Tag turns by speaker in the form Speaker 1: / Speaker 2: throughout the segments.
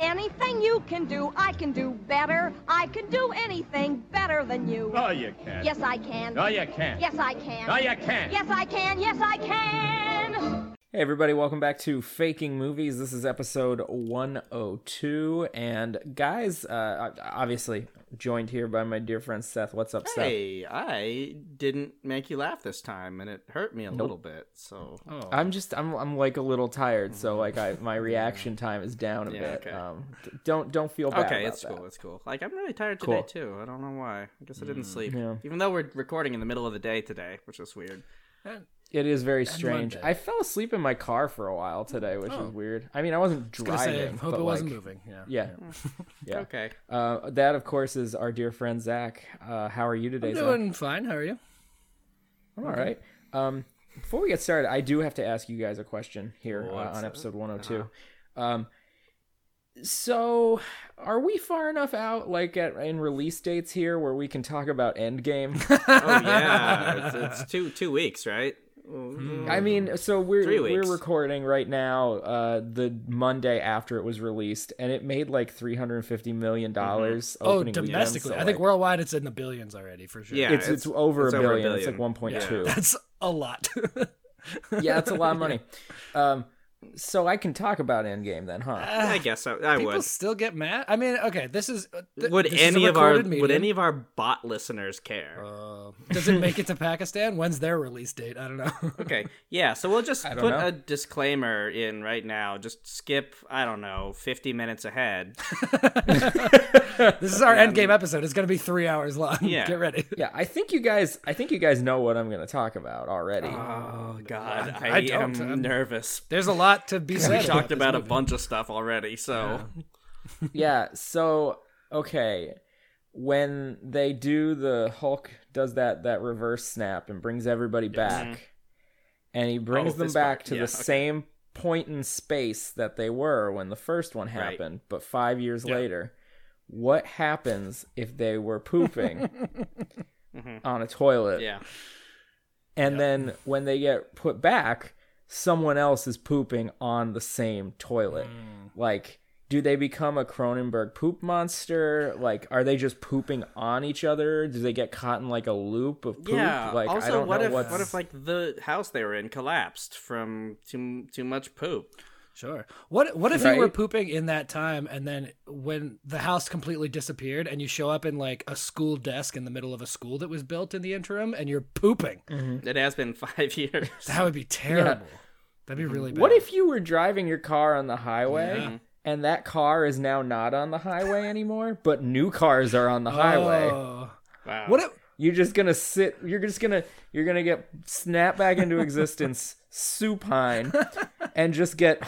Speaker 1: Anything you can do, I can do better. I can do anything better than you.
Speaker 2: No, you can't.
Speaker 1: Yes, I can.
Speaker 2: No, you can't.
Speaker 1: Yes, I can.
Speaker 2: No, you can't.
Speaker 1: Yes, I can. Yes, I can.
Speaker 3: Hey, everybody, welcome back to Faking Movies. This is episode 102. And, guys, uh, I- obviously joined here by my dear friend Seth. What's up, Seth?
Speaker 4: Hey, I didn't make you laugh this time, and it hurt me a little bit. So,
Speaker 3: I'm just I'm I'm like a little tired, so like I my reaction time is down a
Speaker 4: Yeah,
Speaker 3: bit.
Speaker 4: okay.
Speaker 3: Um, d- don't don't feel bad.
Speaker 4: okay,
Speaker 3: about
Speaker 4: it's
Speaker 3: that.
Speaker 4: cool. It's cool. Like I'm really tired
Speaker 3: Cool.
Speaker 4: today too. I don't know why. I guess I didn't sleep,
Speaker 3: Yeah.
Speaker 4: even though we're recording in the middle of the day today, which is weird.
Speaker 3: It is very strange.
Speaker 5: Monday.
Speaker 3: I fell asleep in my car for a while today, which
Speaker 5: Oh.
Speaker 3: is weird. I mean, I wasn't
Speaker 5: Gonna
Speaker 3: driving.
Speaker 5: say, hope
Speaker 3: but,
Speaker 5: it wasn't
Speaker 3: like,
Speaker 5: moving. Yeah.
Speaker 3: Yeah. yeah.
Speaker 4: Okay.
Speaker 3: Uh, that, of course, is our dear friend Zach. Uh, how are you today,
Speaker 5: I'm
Speaker 3: Zach?
Speaker 5: doing fine. How are you?
Speaker 3: I'm all right. Um, before we get started, I do have to ask you guys a question here uh, on episode 102. Um, so, are we far enough out, like at in release dates here, where we can talk about Endgame?
Speaker 4: Oh yeah, it's, it's two two weeks, right?
Speaker 3: I mean, so we're
Speaker 4: Three
Speaker 3: we're
Speaker 4: weeks.
Speaker 3: recording right now, uh, the Monday after it was released, and it made like 350 million dollars.
Speaker 5: Oh, domestically. I think worldwide it's in the billions already for sure.
Speaker 4: Yeah.
Speaker 3: it's, it's over
Speaker 4: it's
Speaker 3: a
Speaker 4: over a
Speaker 3: billion. It's like
Speaker 4: billion.
Speaker 3: 1.2.
Speaker 5: That's a lot.
Speaker 3: yeah, that's a lot of money. Um, so I can talk about Endgame then, huh?
Speaker 4: I guess I, I
Speaker 5: Ah, People
Speaker 4: would.
Speaker 5: still get mad. I mean, okay, this is uh, th-
Speaker 4: Would
Speaker 5: this is a
Speaker 4: any of our
Speaker 5: recorded
Speaker 4: would
Speaker 5: meeting.
Speaker 4: any of our bot listeners care?
Speaker 5: Uh, does it make it to Pakistan? When's their release date? I don't know.
Speaker 4: Okay. Yeah, so we'll just
Speaker 3: I
Speaker 4: put
Speaker 3: don't know.
Speaker 4: a disclaimer in right now. Just skip, I don't know, 50 minutes ahead.
Speaker 5: this is our end game episode. It's gonna be three hours long.
Speaker 4: Yeah.
Speaker 5: Get ready.
Speaker 3: Yeah, I think you guys, I think you guys know what I'm going to talk about already.
Speaker 4: Oh god, I,
Speaker 5: I don't,
Speaker 4: am
Speaker 5: um,
Speaker 4: nervous.
Speaker 5: There's a lot to be said.
Speaker 4: We talked
Speaker 5: this
Speaker 4: about a
Speaker 5: movie.
Speaker 4: bunch of stuff already, so
Speaker 3: yeah. So okay, when they do the Hulk does that that reverse snap and brings everybody back, and he brings
Speaker 4: Mm-hmm. Oh,
Speaker 3: them
Speaker 4: this part.
Speaker 3: back to the
Speaker 4: Yeah, okay.
Speaker 3: same point in space that they were when the first one
Speaker 4: Right.
Speaker 3: happened, but five years later. What happens if they were pooping on a toilet?
Speaker 4: Mm-hmm. yeah.
Speaker 3: And then when they get put back, someone else is pooping on the same toilet. Like, do they become a Cronenberg poop monster? Like, are they just pooping on each other? Do they get caught in like a loop of poop?
Speaker 4: Yeah.
Speaker 3: Like,
Speaker 4: also,
Speaker 3: I don't
Speaker 4: what
Speaker 3: know
Speaker 4: if
Speaker 3: what's...
Speaker 4: what if like the house they were in collapsed from too too much poop?
Speaker 5: Sure. What what if you were
Speaker 3: Right?
Speaker 5: pooping in that time and then when the house completely disappeared and you show up in like a school desk in the middle of a school that was built in the interim and you're pooping?
Speaker 3: Mm.
Speaker 4: It has been five years.
Speaker 5: That would be terrible. That'd be really bad.
Speaker 3: What if you were driving your car on the highway?
Speaker 5: Yeah.
Speaker 3: And that car is now not on the highway anymore, but new cars are on the highway.
Speaker 5: Oh.
Speaker 4: Wow.
Speaker 5: What if
Speaker 3: You're just gonna sit. You're just gonna. You're gonna get snapped back into existence, supine, and just get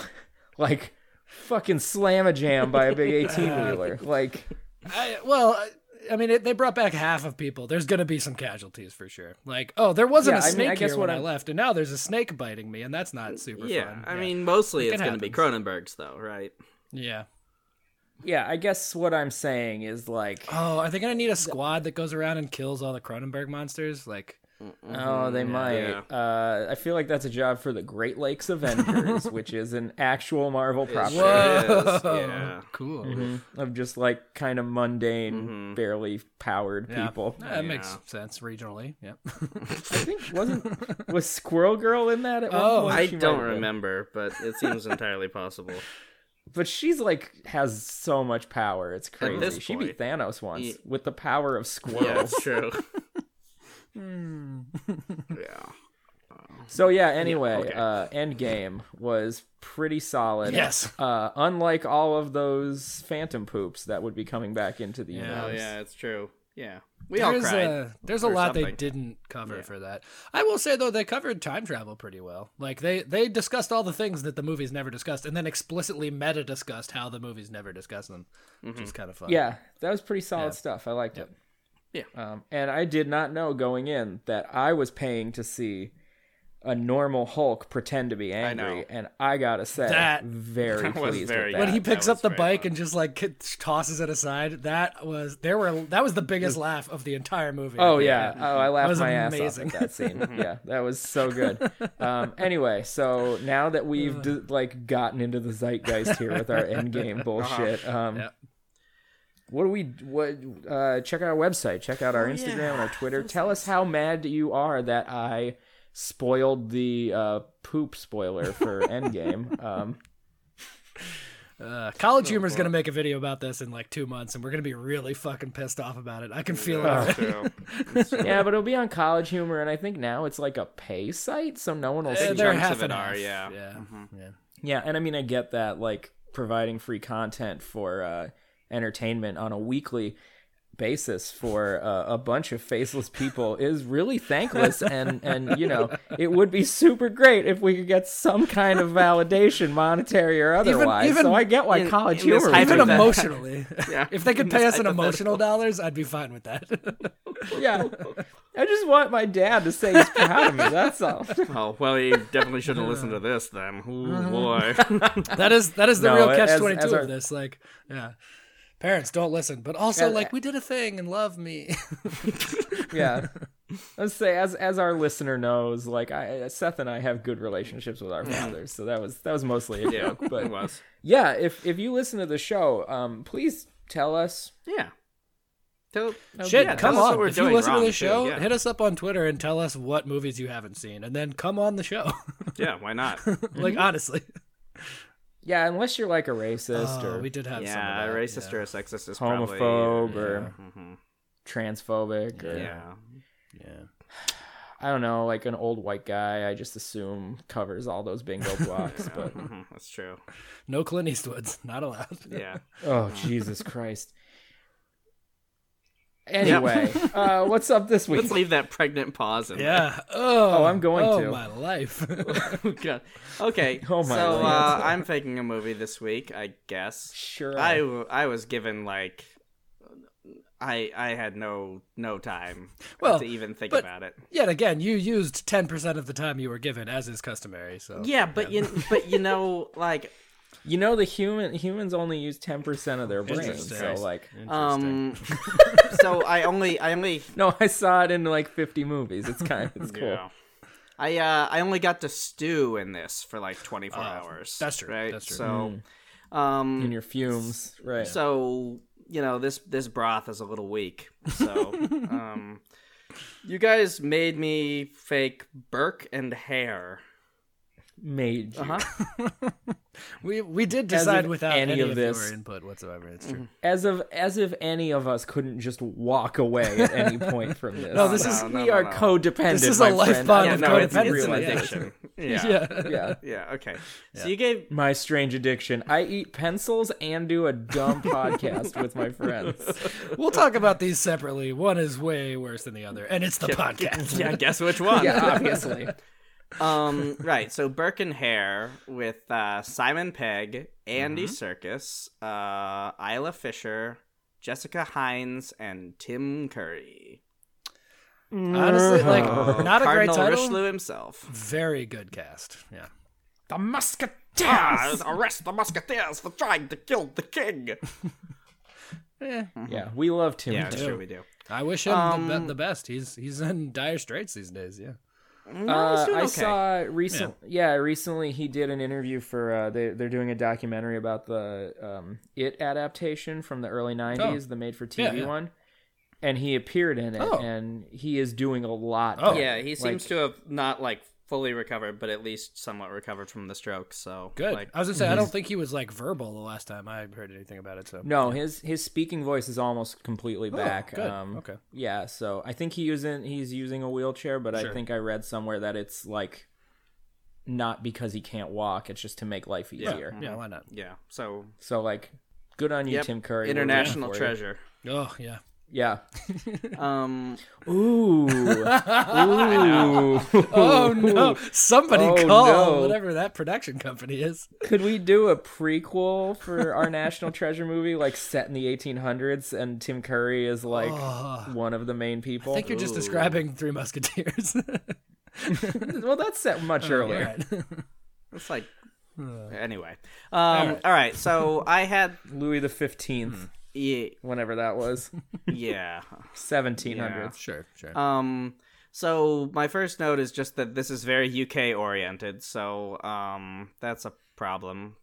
Speaker 3: like fucking slam a jam by a big eighteen wheeler. Like,
Speaker 5: I, well, I- I mean, it, they brought back half of people. There's going to be some casualties for sure. Like, oh, there wasn't
Speaker 3: Yeah,
Speaker 5: a
Speaker 3: I mean,
Speaker 5: snake
Speaker 3: I guess
Speaker 5: here
Speaker 3: what
Speaker 5: when i
Speaker 3: I'm-
Speaker 5: left, and now there's a snake biting me, and that's not super
Speaker 4: yeah,
Speaker 5: fun.
Speaker 4: I mean, mostly
Speaker 5: It
Speaker 4: it's going to be
Speaker 5: happens.
Speaker 4: Cronenberg's though, right?
Speaker 5: yeah.
Speaker 3: yeah, I guess what I'm saying is like,
Speaker 5: Oh, are they going to need a squad that goes around and kills all the Cronenberg monsters? Like,
Speaker 3: oh, they might.
Speaker 4: yeah.
Speaker 3: Uh, I feel like that's a job for the Great Lakes Avengers, which is an actual Marvel property
Speaker 4: Yes,
Speaker 5: oh,
Speaker 4: yeah.
Speaker 3: Mm-hmm.
Speaker 5: cool.
Speaker 3: of just like kind of mundane, barely powered
Speaker 5: Yeah.
Speaker 3: people.
Speaker 5: That makes sense regionally. Yep.
Speaker 3: I think wasn't was Squirrel Girl in that at one
Speaker 5: Oh,
Speaker 3: point?
Speaker 4: I
Speaker 3: She might
Speaker 4: don't
Speaker 3: have been.
Speaker 4: remember, but it seems entirely possible.
Speaker 3: But she's like has so much power. It's crazy.
Speaker 4: this
Speaker 3: she beat Thanos once
Speaker 4: Ye-
Speaker 3: with the power of squirrels.
Speaker 4: Yeah, it's true. yeah.
Speaker 3: So yeah. Anyway, uh, Endgame was pretty solid.
Speaker 5: Yes.
Speaker 3: Uh, unlike all of those Phantom poops that would be coming back into the
Speaker 4: Oh
Speaker 3: universe.
Speaker 4: yeah, it's true. Yeah. We all
Speaker 5: There's
Speaker 4: cried.
Speaker 5: a, there's a
Speaker 4: or
Speaker 5: lot they
Speaker 4: something.
Speaker 5: didn't cover for that. I will say though they covered time travel pretty well. Like they they discussed all the things that the movies never discussed, and then explicitly meta
Speaker 4: Mm-hmm.
Speaker 5: discussed how the movies never discussed them, which is kind of fun.
Speaker 3: Yeah, that was pretty solid stuff. I liked it.
Speaker 4: Yeah.
Speaker 3: Um, and I did not know going in that I was paying to see a normal Hulk pretend to be angry,
Speaker 4: know.
Speaker 3: and I gotta say,
Speaker 5: That-
Speaker 3: very
Speaker 4: That was
Speaker 3: pleased with
Speaker 4: very good.
Speaker 3: that.
Speaker 5: when he
Speaker 4: that was
Speaker 5: picks up the
Speaker 4: very
Speaker 5: bike
Speaker 4: fun.
Speaker 5: and just like k- tosses it aside that was there were that was the biggest laugh of the entire movie
Speaker 3: Oh yeah. Oh, I laughed
Speaker 5: was
Speaker 3: my ass
Speaker 5: amazing.
Speaker 3: off at that scene. yeah, that was so good. Um, anyway, so now that we've d- like gotten into the zeitgeist here with our
Speaker 5: Uh-huh.
Speaker 3: endgame bullshit, um,
Speaker 5: Yep.
Speaker 3: what do we? What? Uh, check out our website. Check out our Instagram and our Twitter. Tell us how mad you are that I spoiled the uh, poop spoiler for Endgame. Um,
Speaker 5: Uh, college humor is going to make a video about this in like two months and we're going to be really fucking pissed off about it i can feel it
Speaker 3: Oh.
Speaker 5: already.
Speaker 4: So,
Speaker 3: yeah, but it'll be on College Humor, and I think now it's like a pay site, so no one will see.
Speaker 5: Uh,
Speaker 3: it.
Speaker 5: they're
Speaker 4: chunks
Speaker 5: half
Speaker 4: of it
Speaker 5: and
Speaker 4: are,
Speaker 5: half.
Speaker 4: yeah.
Speaker 5: yeah.
Speaker 4: Mm-hmm.
Speaker 5: yeah.
Speaker 3: Yeah, and I mean I get that like providing free content for uh entertainment on a weekly basis for uh, a bunch of faceless people is really thankless and and you know it would be super great if we could get some kind of validation monetary or otherwise
Speaker 5: even
Speaker 3: so i get why
Speaker 4: in-
Speaker 3: college
Speaker 4: in this
Speaker 3: humor would
Speaker 5: even
Speaker 3: do
Speaker 4: hypothetical-
Speaker 3: that.
Speaker 5: emotionally
Speaker 4: Yeah.
Speaker 5: if they could
Speaker 4: That's
Speaker 5: pay us in
Speaker 4: hypothetical.
Speaker 5: emotional dollars i'd be fine with that
Speaker 3: yeah i just want my dad to say he's proud of me that's all
Speaker 4: Oh well, you definitely should have listened to this then. Ooh boy.
Speaker 5: that is that is the
Speaker 3: No,
Speaker 5: real
Speaker 3: as-
Speaker 5: catch
Speaker 3: as
Speaker 5: 22
Speaker 3: our-
Speaker 5: of this like yeah parents don't listen but also
Speaker 3: As-
Speaker 5: like we did a thing and love me
Speaker 3: yeah. Let's say as as our listener knows, like I Seth and I have good relationships with our fathers, so that was that was mostly a
Speaker 4: Mm-hmm. yeah,
Speaker 3: joke. But
Speaker 4: it was.
Speaker 3: yeah, if if you listen to the show, um, please tell us.
Speaker 4: Yeah. Tell,
Speaker 5: Shit,
Speaker 4: Oh, yeah,
Speaker 5: come
Speaker 4: tell us
Speaker 5: on.
Speaker 4: what we're
Speaker 5: If you
Speaker 4: doing
Speaker 5: listen to
Speaker 4: wrong,
Speaker 5: the show,
Speaker 4: too. Yeah.
Speaker 5: hit us up on Twitter and tell us what movies you haven't seen, and then come on the show.
Speaker 4: yeah, why not?
Speaker 3: Mm-hmm.
Speaker 5: like honestly,
Speaker 3: Yeah, unless you're like a racist
Speaker 5: Oh,
Speaker 3: or
Speaker 5: we did have
Speaker 4: yeah, a
Speaker 5: some of that,
Speaker 4: racist or a sexist is probably
Speaker 3: homophobe
Speaker 4: yeah.
Speaker 3: or
Speaker 4: Mhm.
Speaker 3: transphobic or
Speaker 4: yeah.
Speaker 3: I don't know, like an old white guy. I just assume covers all those bingo blocks. but
Speaker 4: Mhm, That's true.
Speaker 5: No Clint Eastwood's, not allowed.
Speaker 4: Yeah.
Speaker 3: oh Jesus Christ. Anyway, uh, what's up this week?
Speaker 4: Let's leave that pregnant pause in there.
Speaker 5: Yeah. Oh,
Speaker 3: I'm going
Speaker 5: oh,
Speaker 3: to.
Speaker 5: my life.
Speaker 4: Oh, God. Okay.
Speaker 3: Oh, my
Speaker 4: so
Speaker 3: Lord.
Speaker 4: uh, I'm faking a movie this week, I guess.
Speaker 3: Sure.
Speaker 4: I, w- I was given like I I had no no time
Speaker 5: Well,
Speaker 4: to even think
Speaker 5: but-
Speaker 4: about it.
Speaker 5: Yet again, you used ten percent of the time you were given, as is customary. So
Speaker 4: Yeah, but you but you know like
Speaker 3: You know the human humans only use ten percent of their brains.
Speaker 5: Interesting.
Speaker 3: So like
Speaker 4: um so I only I only
Speaker 3: no, I saw it in like fifty movies. It's kind of it's cool.
Speaker 4: Yeah. I uh, I only got to stew in this for like 24
Speaker 5: Oh,
Speaker 4: hours.
Speaker 5: that's true,
Speaker 4: Right.
Speaker 5: that's true. Mm.
Speaker 4: So, um,
Speaker 3: In your fumes. Right.
Speaker 4: so you know this this broth is a little weak. So, um, you guys made me fake Burke and Hare.
Speaker 3: made you.
Speaker 5: we we did decide
Speaker 3: of
Speaker 5: without
Speaker 3: any
Speaker 5: any,
Speaker 3: of
Speaker 5: of,
Speaker 3: this.
Speaker 5: your input whatsoever. It's true.
Speaker 3: As of as if any of us couldn't just walk away at any point from this.
Speaker 5: No, this
Speaker 3: Like,
Speaker 5: is-
Speaker 4: No,
Speaker 3: we
Speaker 4: no,
Speaker 3: are
Speaker 4: no.
Speaker 3: codependent.
Speaker 5: This is
Speaker 3: my
Speaker 5: a life
Speaker 3: friend.
Speaker 5: bond
Speaker 4: Yeah,
Speaker 5: of
Speaker 4: no, it's, it's
Speaker 5: codependency,
Speaker 4: an
Speaker 5: yeah.
Speaker 4: addiction. Yeah. yeah.
Speaker 5: Mm-hmm. Yeah.
Speaker 3: Yeah.
Speaker 4: okay. So you gave
Speaker 3: My strange addiction. I eat pencils and do a dumb podcast with my friends.
Speaker 5: We'll talk about these separately. One is way worse than the other, and it's the podcast.
Speaker 4: yeah, guess which one?
Speaker 3: Yeah, obviously.
Speaker 4: um right so burke and hare with uh simon pegg andy circus uh isla fisher jessica hines and tim curry
Speaker 5: Honestly, like
Speaker 3: Oh.
Speaker 4: Uh,
Speaker 5: not a great
Speaker 4: Cardinal
Speaker 5: title.
Speaker 4: richelieu himself
Speaker 5: Very good cast. Yeah.
Speaker 3: The musketeers.
Speaker 4: arrest the musketeers for trying to kill the king
Speaker 5: Eh.
Speaker 3: Yeah, we love Tim.
Speaker 4: yeah
Speaker 3: Curry.
Speaker 4: sure we do
Speaker 5: I wish him the,
Speaker 3: Um,
Speaker 5: be- the best. He's he's in dire straits these days. Yeah.
Speaker 4: he's
Speaker 3: Uh,
Speaker 4: doing
Speaker 3: I
Speaker 4: okay.
Speaker 3: saw recent, yeah. recently he did an interview for uh, they they're doing a documentary about the um, It adaptation from the early '90s, the made-for-TV
Speaker 5: Oh. Yeah, yeah.
Speaker 3: one, and he appeared in it,
Speaker 5: Oh.
Speaker 3: and he is doing a lot.
Speaker 5: Oh.
Speaker 4: yeah he seems
Speaker 3: Like-
Speaker 4: to have not like fully recovered but at least somewhat recovered from the stroke so
Speaker 5: Good.
Speaker 4: like
Speaker 5: I was gonna say I don't think he was like verbal the last time I heard anything about it. So
Speaker 3: No, his his speaking voice is almost completely back.
Speaker 5: Oh, good.
Speaker 3: Um,
Speaker 5: Okay.
Speaker 3: Yeah, so I think he using he's using a wheelchair, but I think I read somewhere that it's like not because he can't walk; it's just to make life easier.
Speaker 5: yeah, why not?
Speaker 4: yeah so
Speaker 3: So like, good on you,
Speaker 4: yep,
Speaker 3: Tim Curry. We're rooting
Speaker 4: international
Speaker 3: for you.
Speaker 4: treasure
Speaker 5: Oh yeah.
Speaker 3: Yeah.
Speaker 4: Um,
Speaker 3: Ooh. Ooh.
Speaker 5: Oh no! Somebody
Speaker 3: Oh,
Speaker 5: call
Speaker 3: no.
Speaker 5: whatever that production company is.
Speaker 3: Could we do a prequel for our National Treasure movie, like set in the 1800s, and Tim Curry is like one of the main people?
Speaker 5: Oh. I think you're just describing Three Musketeers.
Speaker 3: well, that's set much earlier.
Speaker 5: Alright.
Speaker 4: it's like anyway. Um,
Speaker 5: right.
Speaker 4: all right. So I had
Speaker 3: Louis the 15th,
Speaker 4: yeah,
Speaker 3: whenever that was,
Speaker 4: yeah.
Speaker 3: 1700s.
Speaker 5: Sure, sure.
Speaker 4: Um, so my first note is just that this is very UK oriented. So um, that's a problem.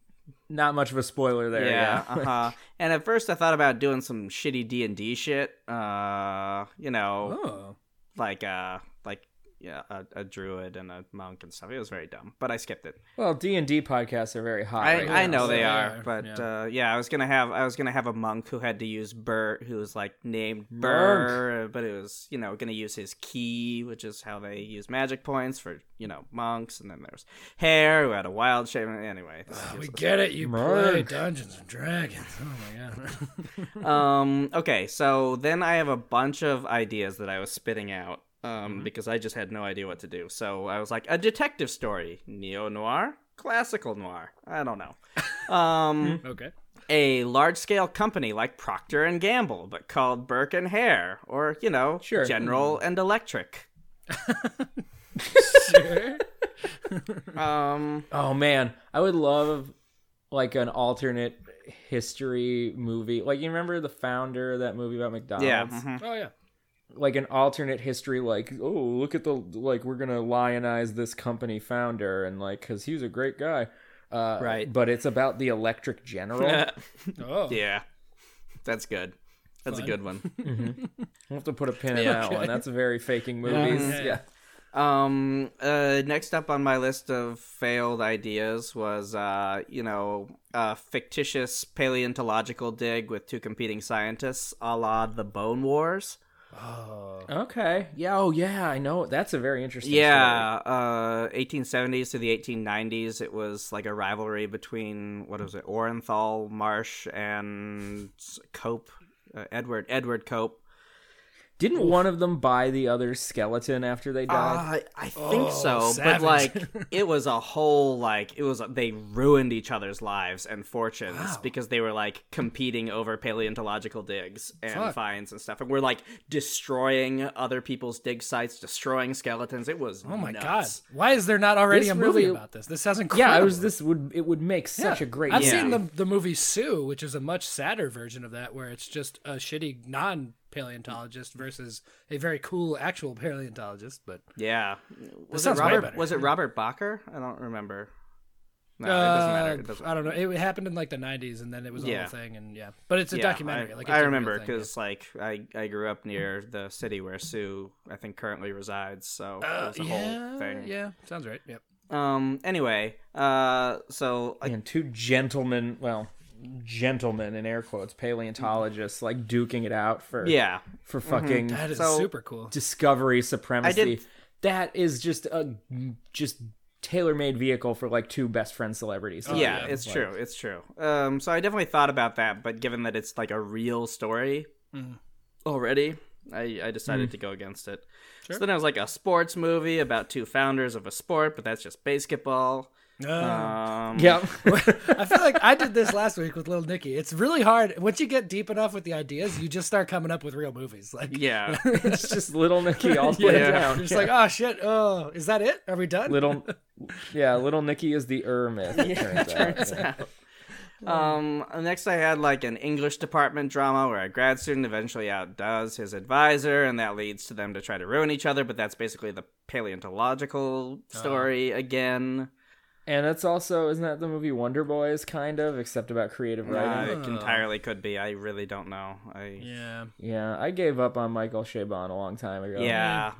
Speaker 3: Not much of a spoiler there.
Speaker 4: yeah,
Speaker 3: Yeah.
Speaker 4: uh-huh. and at first i thought about doing some shitty d&d shit uh you know
Speaker 5: oh,
Speaker 4: like uh like yeah a, a druid and a monk and stuff it was very dumb but i skipped it
Speaker 3: Well, D and D podcasts are very hot.
Speaker 4: i,
Speaker 3: right
Speaker 4: I
Speaker 3: now.
Speaker 4: know they
Speaker 5: they
Speaker 4: are,
Speaker 5: are,
Speaker 4: but
Speaker 5: yeah.
Speaker 4: uh yeah i was gonna have i was gonna have a monk who had to use burr who was like named burr but it was you know gonna use his key which is how they use magic points for you know monks and then there's hare who had a wild shape anyway this
Speaker 3: Oh,
Speaker 4: is
Speaker 5: we get it. You play
Speaker 3: Mark.
Speaker 5: Dungeons and Dragons. Oh my god.
Speaker 4: um okay so then i have a bunch of ideas that i was spitting out um
Speaker 5: Mm-hmm.
Speaker 4: because i just had no idea what to do so i was like a detective story neo noir classical noir i don't know um
Speaker 5: Okay.
Speaker 4: a large scale company like procter and gamble but called burke and hare or you know
Speaker 3: Sure.
Speaker 4: general and electric
Speaker 5: Sure.
Speaker 4: um
Speaker 3: Oh man, I would love like an alternate history movie. Like you remember the founder of that movie about McDonald's?
Speaker 4: yeah mhm.
Speaker 5: Oh yeah.
Speaker 3: Like an alternate history like, oh, look at the like we're going to lionize this company founder and like cuz he was a great guy. Uh,
Speaker 4: Right.
Speaker 3: but it's about the electric general. we'll
Speaker 5: Oh.
Speaker 4: yeah that's good that's a
Speaker 5: Fun.
Speaker 4: good one
Speaker 3: have to put a pin in that one. That's very faking movies.
Speaker 5: Yeah.
Speaker 3: yeah.
Speaker 4: Um. Uh. Next up on my list of failed ideas was, uh, you know, a fictitious paleontological dig with two competing scientists, a la the Bone Wars.
Speaker 5: Oh.
Speaker 3: Okay. Yeah. Oh, yeah. I know. That's a very interesting.
Speaker 4: Yeah. Uh. 1870s to the 1890s. It was like a rivalry between what was it, Orenthal Marsh and Cope, uh, Edward Edward Cope.
Speaker 3: Didn't one of them buy the other's skeleton after they died?
Speaker 4: Uh, I think
Speaker 5: Oh,
Speaker 4: so,
Speaker 5: savage.
Speaker 4: but like it was a whole like it was they ruined each other's lives and fortunes
Speaker 5: Wow.
Speaker 4: because they were like competing over paleontological digs and
Speaker 5: Fuck.
Speaker 4: finds and stuff, and we're like destroying other people's dig sites, destroying skeletons. It was
Speaker 5: Oh my
Speaker 4: nuts.
Speaker 5: god. Why is there not already
Speaker 3: This
Speaker 5: a movie
Speaker 3: really-
Speaker 5: about this? This sounds incredible.
Speaker 3: yeah. I was. This would. It would make such a great.
Speaker 5: I've
Speaker 3: movie.
Speaker 5: seen the the movie Sue, which is a much sadder version of that, where it's just a shitty non paleontologist versus a very cool actual paleontologist. But
Speaker 4: Yeah, was it
Speaker 5: sounds way
Speaker 4: Robert?
Speaker 5: better.
Speaker 4: Was it Robert Bacher? I don't remember. No, it doesn't matter.
Speaker 5: uh,
Speaker 4: It doesn't.
Speaker 5: I don't know. It happened in like the '90s, and then it was a
Speaker 4: Yeah.
Speaker 5: whole thing, and yeah. But it's a
Speaker 4: Yeah,
Speaker 5: documentary.
Speaker 4: I,
Speaker 5: like it's
Speaker 4: I
Speaker 5: a real
Speaker 4: remember
Speaker 5: thing.
Speaker 4: because like I, I grew up near the city where Sue I think currently resides, so it was a
Speaker 5: Oh, yeah,
Speaker 4: whole thing.
Speaker 5: yeah, sounds right. Yep.
Speaker 4: Um. Anyway. Uh. So like,
Speaker 3: and two gentlemen. Well, gentlemen in air quotes, paleontologists like duking it out for
Speaker 4: yeah.
Speaker 3: for fucking
Speaker 5: Mm-hmm. That is
Speaker 4: So-
Speaker 5: super cool.
Speaker 3: discovery supremacy.
Speaker 4: did-
Speaker 3: That is just a just tailor made vehicle for like two best friend celebrities.
Speaker 4: yeah,
Speaker 5: yeah,
Speaker 4: It's true. It's true. Um. So I definitely thought about that, but given that it's like a real story already, I I decided to go against it. So then I was like a sports movie about two founders of a sport, but that's just basketball.
Speaker 5: Uh.
Speaker 4: Um.
Speaker 3: Yeah.
Speaker 5: I feel like I did this last week with Little Nicky. It's really hard once you get deep enough with the ideas, you just start coming up with real movies. Like
Speaker 4: Yeah.
Speaker 3: it's just little Nicky all the way
Speaker 4: Yeah.
Speaker 3: down.
Speaker 5: Just like, oh shit, oh, is that it? Are we done?
Speaker 3: little yeah little nikki is the er myth it turns out. Yeah.
Speaker 4: Um, next I had like an English department drama where a grad student eventually outdoes his advisor, and that leads to them to try to ruin each other. But that's basically the paleontological story again.
Speaker 3: and it's also isn't that the movie wonder boys kind of except about creative
Speaker 4: Uh,
Speaker 3: writing
Speaker 4: it entirely could be. I really don't know. I yeah,
Speaker 5: Yeah.
Speaker 3: yeah i gave up on michael chabon a long time ago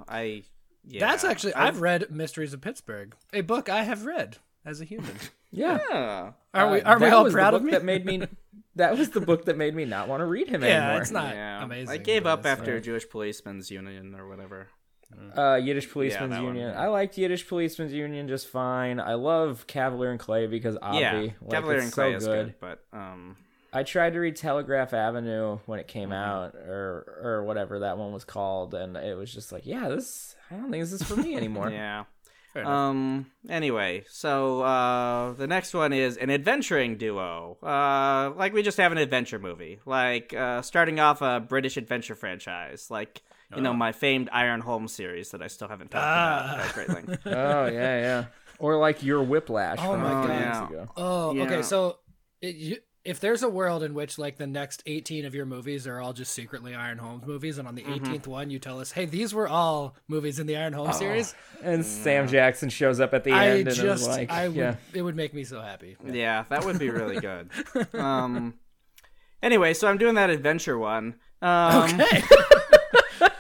Speaker 4: I. Yeah.
Speaker 5: That's actually I've read Mysteries of Pittsburgh, a book I have read as a human.
Speaker 3: yeah
Speaker 4: Yeah.
Speaker 5: Are we
Speaker 3: Uh,
Speaker 5: are we
Speaker 3: that
Speaker 5: all
Speaker 3: was the
Speaker 5: proud
Speaker 3: book
Speaker 5: of me?
Speaker 3: that made me that was the book that made me not want to read him
Speaker 5: yeah,
Speaker 3: anymore
Speaker 5: it's not
Speaker 4: Yeah.
Speaker 5: amazing.
Speaker 4: I gave
Speaker 5: but
Speaker 4: up
Speaker 5: it's-
Speaker 4: after Jewish Policemen's Union or whatever.
Speaker 3: uh yiddish policeman's
Speaker 4: that one.
Speaker 3: union i liked yiddish policeman's union just fine i love cavalier and clay because obvi
Speaker 4: yeah,
Speaker 3: like,
Speaker 4: Cavalier
Speaker 3: it's
Speaker 4: and Clay
Speaker 3: so
Speaker 4: is good, but um,
Speaker 3: I tried to read Telegraph Avenue when it
Speaker 4: Mm-hmm.
Speaker 3: came out, or or whatever that one was called, and it was just like, yeah, this. I don't think this is for me anymore.
Speaker 4: Yeah.
Speaker 5: Fair enough.
Speaker 4: Um. Anyway, so uh, the next one is an adventuring duo. Uh, like we just have an adventure movie, like uh, starting off a British adventure franchise, like you know my famed Iron Holm series that I still haven't talked about
Speaker 5: Ah.
Speaker 4: at great length.
Speaker 3: Oh yeah, yeah. Or like your Whiplash
Speaker 5: Oh
Speaker 3: from
Speaker 5: my
Speaker 3: a few
Speaker 5: God.
Speaker 3: weeks
Speaker 4: Yeah.
Speaker 3: ago.
Speaker 5: Oh,
Speaker 4: Yeah.
Speaker 5: okay. So it, you, if there's a world in which like the next 18 of your movies are all just secretly Iron Holmes movies, and on
Speaker 3: Mm-hmm.
Speaker 5: the 18th one you tell us, "Hey, these were all movies in the Iron Holmes series,"
Speaker 3: And Sam Jackson shows up at Oh, the end,
Speaker 5: I
Speaker 3: and it was
Speaker 5: just,
Speaker 3: like,
Speaker 5: I would,
Speaker 3: yeah.
Speaker 5: it would make me so happy.
Speaker 4: Yeah, that would be really good. um. Anyway, so I'm doing that adventure one. Um,
Speaker 5: Okay.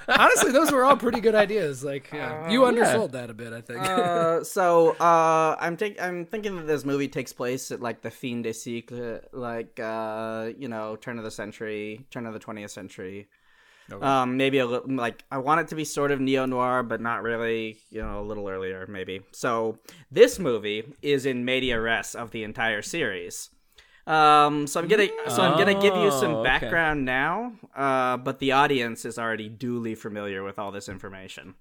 Speaker 5: Honestly, those were all pretty good ideas. Like
Speaker 3: Oh,
Speaker 5: yeah. you undersold that a bit, I think.
Speaker 4: uh, so uh, I'm take I'm thinking that this movie takes place at like the fin de siècle, like uh, you know, turn of the century, turn of the 20th century. Um, maybe a little like I want it to be sort of neo noir, but not really. You know, a little earlier maybe. So this movie is in media res of the entire series. Um, so I'm gonna so I'm gonna give you
Speaker 3: Oh,
Speaker 4: some
Speaker 3: okay.
Speaker 4: background now, uh, but the audience is already duly familiar with all this information.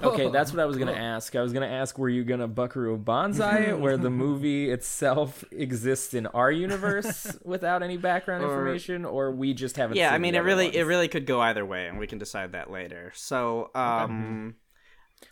Speaker 3: Okay, that's what I was gonna ask. I was gonna ask, were you gonna Buckaroo Banzai, where the movie itself exists in our universe without any background information, or we just haven't?
Speaker 4: yeah
Speaker 3: seen
Speaker 4: i mean
Speaker 3: the
Speaker 4: it
Speaker 3: other
Speaker 4: really it
Speaker 3: ones?
Speaker 4: really could go either way and we can decide that later so um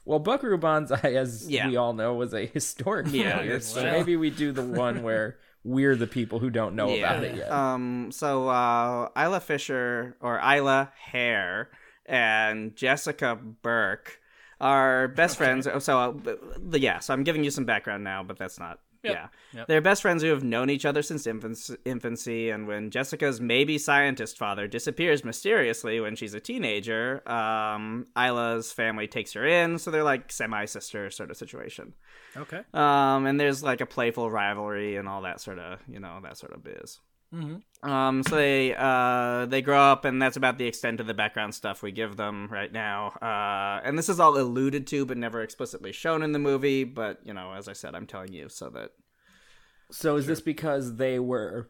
Speaker 3: Well, Buckaroo Banzai, as
Speaker 4: Yeah.
Speaker 3: we all know, was a historic
Speaker 4: Yeah,
Speaker 3: failure.
Speaker 4: it's
Speaker 3: So
Speaker 5: true.
Speaker 3: maybe we do the one where we're the people who don't know
Speaker 4: yeah
Speaker 3: about it yet.
Speaker 4: um so uh isla fisher or isla hare and jessica burke are best friends so uh, b- the- yeah so i'm giving you some background now but that's not Yeah.
Speaker 5: Yep.
Speaker 4: They're best friends who have known each other since infancy, infancy, and when Jessica's maybe scientist father disappears mysteriously when she's a teenager, um, Isla's family takes her in, so they're like semi sister sort of situation.
Speaker 5: Okay.
Speaker 4: Um, and there's like a playful rivalry and all that sort of, you know, that sort of biz.
Speaker 5: Mhm.
Speaker 3: Mm-hmm.
Speaker 4: Um, so they uh, they grow up, and that's about the extent of the background stuff we give them right now. Uh, and this is all alluded to, but never explicitly shown in the movie. But you know, as I said, I'm telling you so that
Speaker 3: So is this because they were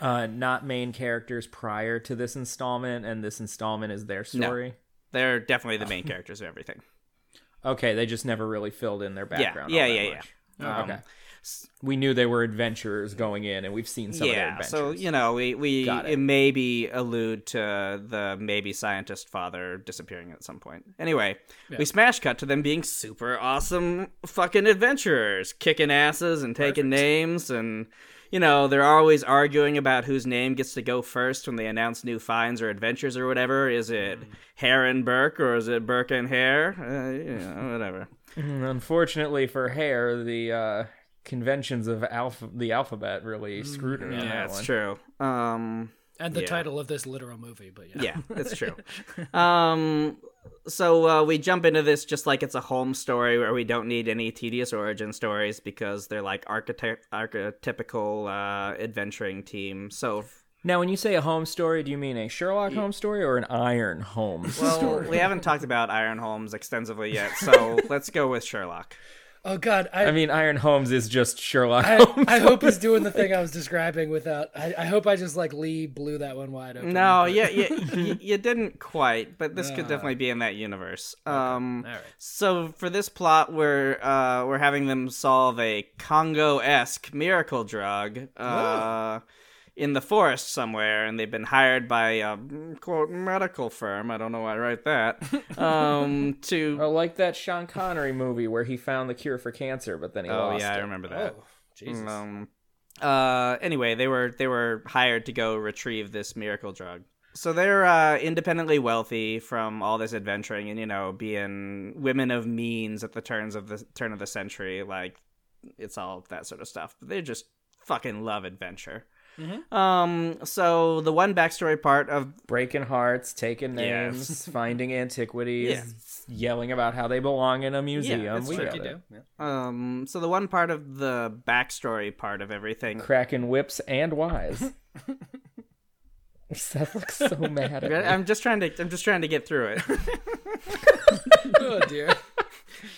Speaker 3: uh, not main characters prior to this installment, and this installment is their story?
Speaker 4: they're definitely the main characters of everything.
Speaker 3: Okay, they just never really filled in their background.
Speaker 4: yeah,
Speaker 3: all that
Speaker 4: yeah, yeah.
Speaker 3: much. Oh,
Speaker 4: Um,
Speaker 3: okay. We knew they were adventurers going in, and we've seen some of their
Speaker 4: yeah,
Speaker 3: adventures.
Speaker 4: so you know, we we
Speaker 3: Got
Speaker 4: it.
Speaker 3: it.
Speaker 4: maybe allude to the maybe scientist father disappearing at some point. Anyway, we smash cut to them being super awesome fucking adventurers, kicking asses and taking names, and you know, they're always arguing about whose name gets to go first when they announce new finds or adventures or whatever. Is it
Speaker 3: Mm.
Speaker 4: Hare and Burke or is it Burke and Hare? Uh, you know, whatever.
Speaker 3: Mm, Unfortunately for Hare, the uh, conventions of alpha, the alphabet really screwed her. on that
Speaker 4: Mm, Yeah, it's
Speaker 3: one.
Speaker 4: true. Um,
Speaker 5: And the
Speaker 4: Yeah.
Speaker 5: title of this literal movie, but yeah.
Speaker 4: yeah, it's true. um, so uh, we jump into this just like it's a home story where we don't need any tedious origin stories because they're like archety- archetypical uh, adventuring team. So
Speaker 3: Now, when you say a home story, do you mean a Sherlock Holmes story or an Iron Holmes
Speaker 4: well,
Speaker 3: story?
Speaker 4: we haven't talked about Iron Holmes extensively yet, so let's go with Sherlock.
Speaker 5: Oh God, I,
Speaker 3: I mean, Iron Holmes is just Sherlock
Speaker 5: I,
Speaker 3: Holmes.
Speaker 5: I hope he's doing the thing I was describing without. I, I hope I just like Lee blew that one wide open.
Speaker 4: No,
Speaker 5: But-
Speaker 4: yeah, yeah, you, you didn't quite, but this could definitely be in that universe. Um,
Speaker 5: Uh. All right.
Speaker 4: So for this plot, we're uh, we're having them solve a Congo-esque miracle drug uh,
Speaker 5: Oh.
Speaker 4: in the forest somewhere, and they've been hired by a quote medical firm. I don't know why I write that. Um, to
Speaker 3: Oh, like that Sean Connery movie where he found the cure for cancer, but then he
Speaker 4: oh
Speaker 3: lost
Speaker 4: yeah, I
Speaker 3: it.
Speaker 4: remember that.
Speaker 5: Oh Jesus.
Speaker 4: Um, uh, anyway, they were they were hired to go retrieve this miracle drug. So they're uh, independently wealthy from all this adventuring and you know being women of means at the turns of the turn of the century, like it's all that sort of stuff. But they just fucking love adventure.
Speaker 5: Mm-hmm.
Speaker 4: Um, so the one backstory part of
Speaker 3: Breaking hearts, taking
Speaker 4: Yeah.
Speaker 3: names, finding antiquities, yelling about how they belong in a museum.
Speaker 4: it's
Speaker 3: we
Speaker 4: true.
Speaker 3: got
Speaker 5: You
Speaker 3: it.
Speaker 5: do?
Speaker 4: um, so the one part of the backstory part of everything
Speaker 3: cracking whips and wise. Seth looks so mad at me.
Speaker 4: I'm just trying to I'm just trying to get through it.
Speaker 5: Oh dear.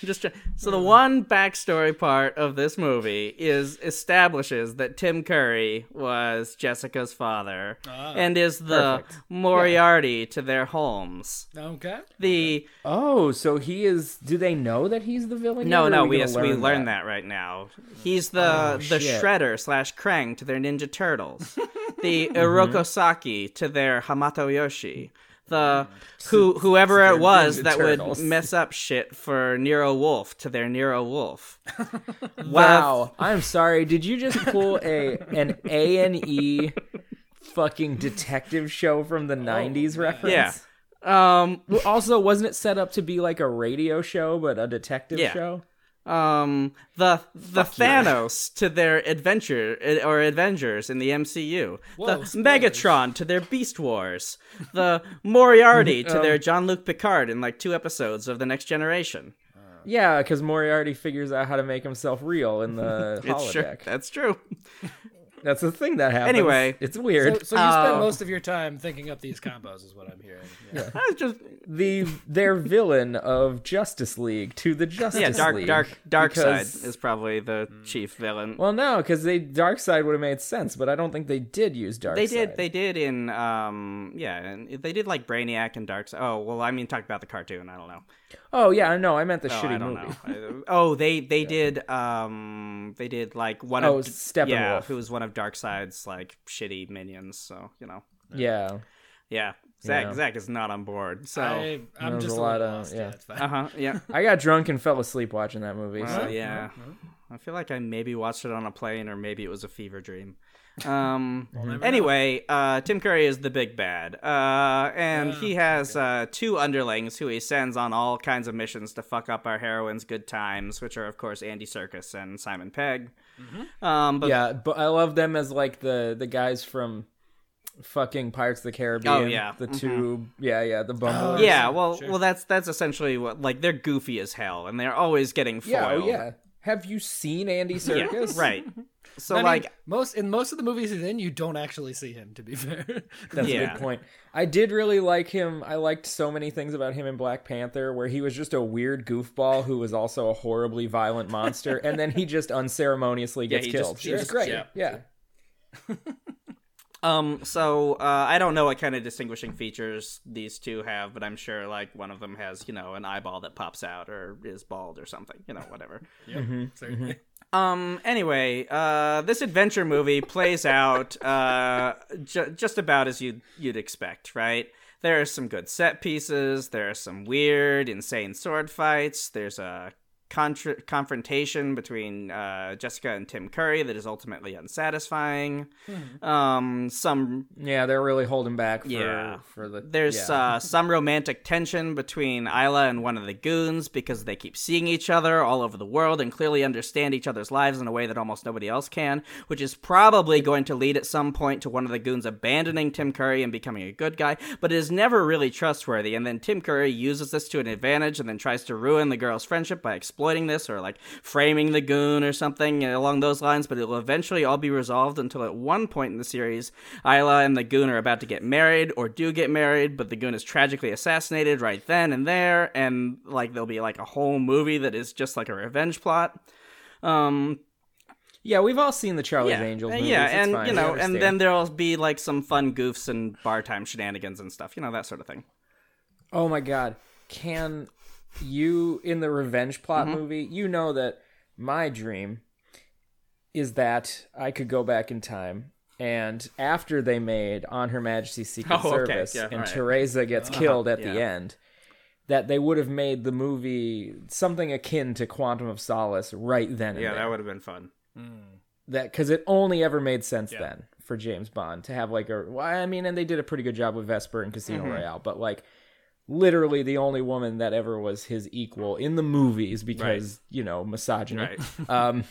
Speaker 4: Just try- so the one backstory part of this movie is establishes that Tim Curry was Jessica's father and is the Moriarty to their homes.
Speaker 5: Okay.
Speaker 4: The
Speaker 3: Oh, so he is. Do they know that he's the villain?
Speaker 4: no,
Speaker 3: yet, or
Speaker 4: no,
Speaker 3: are
Speaker 4: we
Speaker 3: gonna Oh,
Speaker 4: yes, we learned that. right now. He's the the
Speaker 3: shit.
Speaker 4: Shredder slash Krang to their Ninja Turtles, the Irokosaki to their Hamato Yoshi, the who whoever
Speaker 3: their
Speaker 4: it was
Speaker 3: Ninja
Speaker 4: that
Speaker 3: Turtles.
Speaker 4: would mess up shit for Nero Wolf to their Nero Wolf.
Speaker 3: Wow, I'm sorry. Did you just pull a an A and E fucking detective show from the '90s reference?
Speaker 4: Yeah. Um.
Speaker 3: Well, Also, wasn't it set up to be like a radio show, but a detective
Speaker 4: Yeah.
Speaker 3: show?
Speaker 4: Um. The the Thanos to their adventure eh, or Avengers in the MCU.
Speaker 5: Whoa,
Speaker 4: the
Speaker 5: spoilers.
Speaker 4: Megatron to their Beast Wars. The Moriarty to their John Luke Picard in like two episodes of the Next Generation.
Speaker 3: Yeah, because Moriarty figures out how to make himself real in the
Speaker 4: It's
Speaker 3: holodeck.
Speaker 4: true. That's true.
Speaker 3: That's the thing that happens.
Speaker 4: Anyway.
Speaker 3: it's
Speaker 5: So,
Speaker 3: weird.
Speaker 5: so you spent
Speaker 4: Oh.
Speaker 5: most of your time thinking up these combos, is what I'm hearing. Yeah.
Speaker 4: I was just
Speaker 3: the their villain of Justice League to the Justice
Speaker 4: yeah. Dark,
Speaker 3: League.
Speaker 4: dark, dark
Speaker 3: because- Mm.
Speaker 4: side is probably the chief villain.
Speaker 3: Well, no, because they dark side would have made sense, but I don't think they did use dark.
Speaker 4: they did. They did in um. Yeah. And they did like Brainiac and Dark. Oh well. I mean, talk about the cartoon. I don't know.
Speaker 3: Oh yeah, I know. I meant the
Speaker 4: Oh,
Speaker 3: shitty
Speaker 4: I don't
Speaker 3: movie.
Speaker 4: know. I- oh, they they did um they did like one
Speaker 3: Oh,
Speaker 4: of
Speaker 3: Steppenwolf.
Speaker 4: yeah, who was one of Darkseid's like shitty minions. So you know,
Speaker 3: Yeah,
Speaker 4: yeah, Zach
Speaker 3: Yeah.
Speaker 4: Zach is not on board. So
Speaker 5: I, I'm
Speaker 3: There's
Speaker 5: just
Speaker 3: a
Speaker 5: a,
Speaker 3: lot
Speaker 5: little
Speaker 3: of-
Speaker 5: lost. Yeah.
Speaker 3: yeah. Uh-huh.
Speaker 5: it's fine.
Speaker 4: uh huh yeah
Speaker 3: I got drunk and fell asleep watching that movie.
Speaker 4: Well,
Speaker 3: so-
Speaker 4: yeah. I feel like I maybe watched it on a plane or maybe it was a fever dream. Um, anyway, uh, Tim Curry is the big bad. Uh, and he has uh, two underlings who he sends on all kinds of missions to fuck up our heroine's good times, which are, of course, Andy Serkis and Simon Pegg.
Speaker 5: Mm-hmm.
Speaker 4: Um, but
Speaker 3: yeah, but I love them as like the the guys from fucking Pirates of the Caribbean.
Speaker 4: Oh, yeah. Oh,
Speaker 3: the 2 Yeah, yeah, the Bumble.
Speaker 4: yeah, well, well, that's that's essentially what like they're goofy as hell, and they're always getting foiled.
Speaker 3: yeah, oh, yeah. Have you seen Andy
Speaker 4: Yeah,
Speaker 3: Serkis?
Speaker 4: right. So
Speaker 5: I mean,
Speaker 4: like,
Speaker 5: most in most of the movies he's in, you don't actually see him. To be fair,
Speaker 3: That's a
Speaker 4: Yeah.
Speaker 3: good point. I did really like him. I liked so many things about him in Black Panther, where he was just a weird goofball who was also a horribly violent monster, and then he just unceremoniously gets
Speaker 4: he just-
Speaker 3: killed.
Speaker 4: he
Speaker 3: It was
Speaker 4: just-
Speaker 3: great.
Speaker 4: yeah.
Speaker 3: yeah.
Speaker 4: Um, so uh, I don't know what kind of distinguishing features these two have, but I'm sure like one of them has, you know, an eyeball that pops out or is bald or something, you know, whatever.
Speaker 5: certainly.
Speaker 4: Um, anyway, uh, this adventure movie plays out uh, ju- just about as you'd, you'd expect, right? There are some good set pieces. There are some weird, insane sword fights. There's a contra- confrontation between uh, Jessica and Tim Curry that is ultimately unsatisfying. Um, some
Speaker 3: Yeah, they're really holding back for,
Speaker 4: Yeah.
Speaker 3: for the.
Speaker 4: there's
Speaker 3: yeah.
Speaker 4: uh, some romantic tension between Isla and one of the goons because they keep seeing each other all over the world and clearly understand each other's lives in a way that almost nobody else can, which is probably going to lead at some point to one of the goons abandoning Tim Curry and becoming a good guy, but it is never really trustworthy. And then Tim Curry uses this to an advantage and then tries to ruin the girl's friendship by exploiting this or like framing the goon or something along those lines, but it will eventually all be resolved until at one point in the series, Isla and the goon are about to get married or do get married, but the goon is tragically assassinated right then and there, and like there'll be like a whole movie that is just like a revenge plot. Um,
Speaker 3: yeah, we've all seen the Charlie's
Speaker 4: yeah,
Speaker 3: Angels.
Speaker 4: and-
Speaker 3: Movies.
Speaker 4: yeah,
Speaker 3: It's
Speaker 4: and
Speaker 3: fine.
Speaker 4: you
Speaker 3: We
Speaker 4: know, and
Speaker 3: understand.
Speaker 4: then there'll be like some fun goofs and bar time shenanigans and stuff, you know, that sort of thing.
Speaker 3: Oh my god. Can you in the revenge plot
Speaker 4: Mm-hmm.
Speaker 3: movie, you know that my dream is that I could go back in time and after they made On Her Majesty's Secret
Speaker 4: Oh, okay,
Speaker 3: Service
Speaker 4: yeah,
Speaker 3: and
Speaker 4: alright.
Speaker 3: Teresa gets killed at the
Speaker 4: yeah.
Speaker 3: end, that they would have made the movie something akin to Quantum of Solace right then and there.
Speaker 4: would have been fun.
Speaker 3: that because it only ever made sense then for James Bond to have like a well, I mean, and they did a pretty good job with Vesper and Casino
Speaker 5: Mm-hmm.
Speaker 3: Royale, but like literally the only woman that ever was his equal in the movies because you know misogyny
Speaker 4: Right.
Speaker 3: um,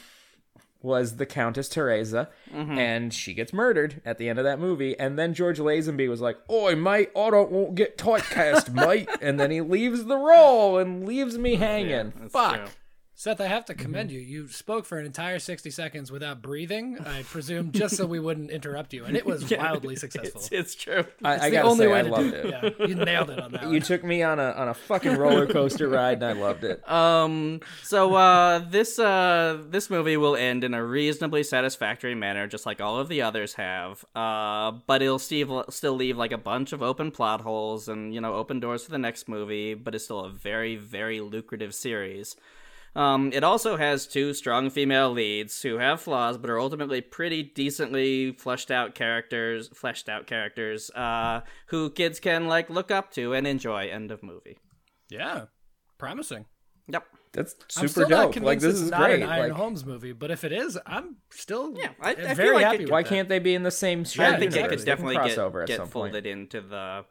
Speaker 3: was the Countess Teresa,
Speaker 5: Mm-hmm.
Speaker 3: and she gets murdered at the end of that movie, and then George Lazenby was like, "Oi, mate, I don't want to get typecast, mate," and then he leaves the role and leaves me hanging. Fuck.
Speaker 5: Seth, I have to commend
Speaker 3: Mm-hmm.
Speaker 5: you. You spoke for an entire 60 seconds without breathing, I presume, just so we wouldn't interrupt you. And it was wildly successful.
Speaker 4: It's, it's true.
Speaker 3: I, I
Speaker 5: the
Speaker 3: gotta
Speaker 5: only
Speaker 3: say,
Speaker 5: way
Speaker 3: I
Speaker 5: to
Speaker 3: loved
Speaker 5: do
Speaker 3: it.
Speaker 5: Yeah, you nailed it on that
Speaker 3: You
Speaker 5: one.
Speaker 3: took me on a on a fucking roller coaster ride, and I loved it.
Speaker 4: Um. So uh, this uh, this movie will end in a reasonably satisfactory manner, just like all of the others have. Uh, but it'll still still leave like a bunch of open plot holes and you know open doors for the next movie. But it's still a very very lucrative series. Um, it also has two strong female leads who have flaws, but are ultimately pretty decently fleshed out characters. Fleshed out characters uh, who kids can like look up to and enjoy. End of movie.
Speaker 5: Yeah, promising.
Speaker 4: Yep.
Speaker 3: That's
Speaker 5: I'm
Speaker 3: super
Speaker 5: still not
Speaker 3: dope.
Speaker 5: convinced
Speaker 3: Like this
Speaker 5: it's
Speaker 3: is
Speaker 5: not
Speaker 3: great.
Speaker 5: an Iron
Speaker 3: Like,
Speaker 5: Holmes movie, but if it is, I'm still
Speaker 4: Yeah, I- I feel
Speaker 5: very
Speaker 4: like
Speaker 5: happy.
Speaker 4: it-
Speaker 5: with
Speaker 3: why
Speaker 5: that.
Speaker 3: can't they be in the same shared
Speaker 4: I think it
Speaker 3: universe?
Speaker 4: could
Speaker 3: They can
Speaker 4: definitely
Speaker 3: cross
Speaker 4: get,
Speaker 3: over at
Speaker 4: get
Speaker 3: some
Speaker 4: folded
Speaker 3: point.
Speaker 4: into the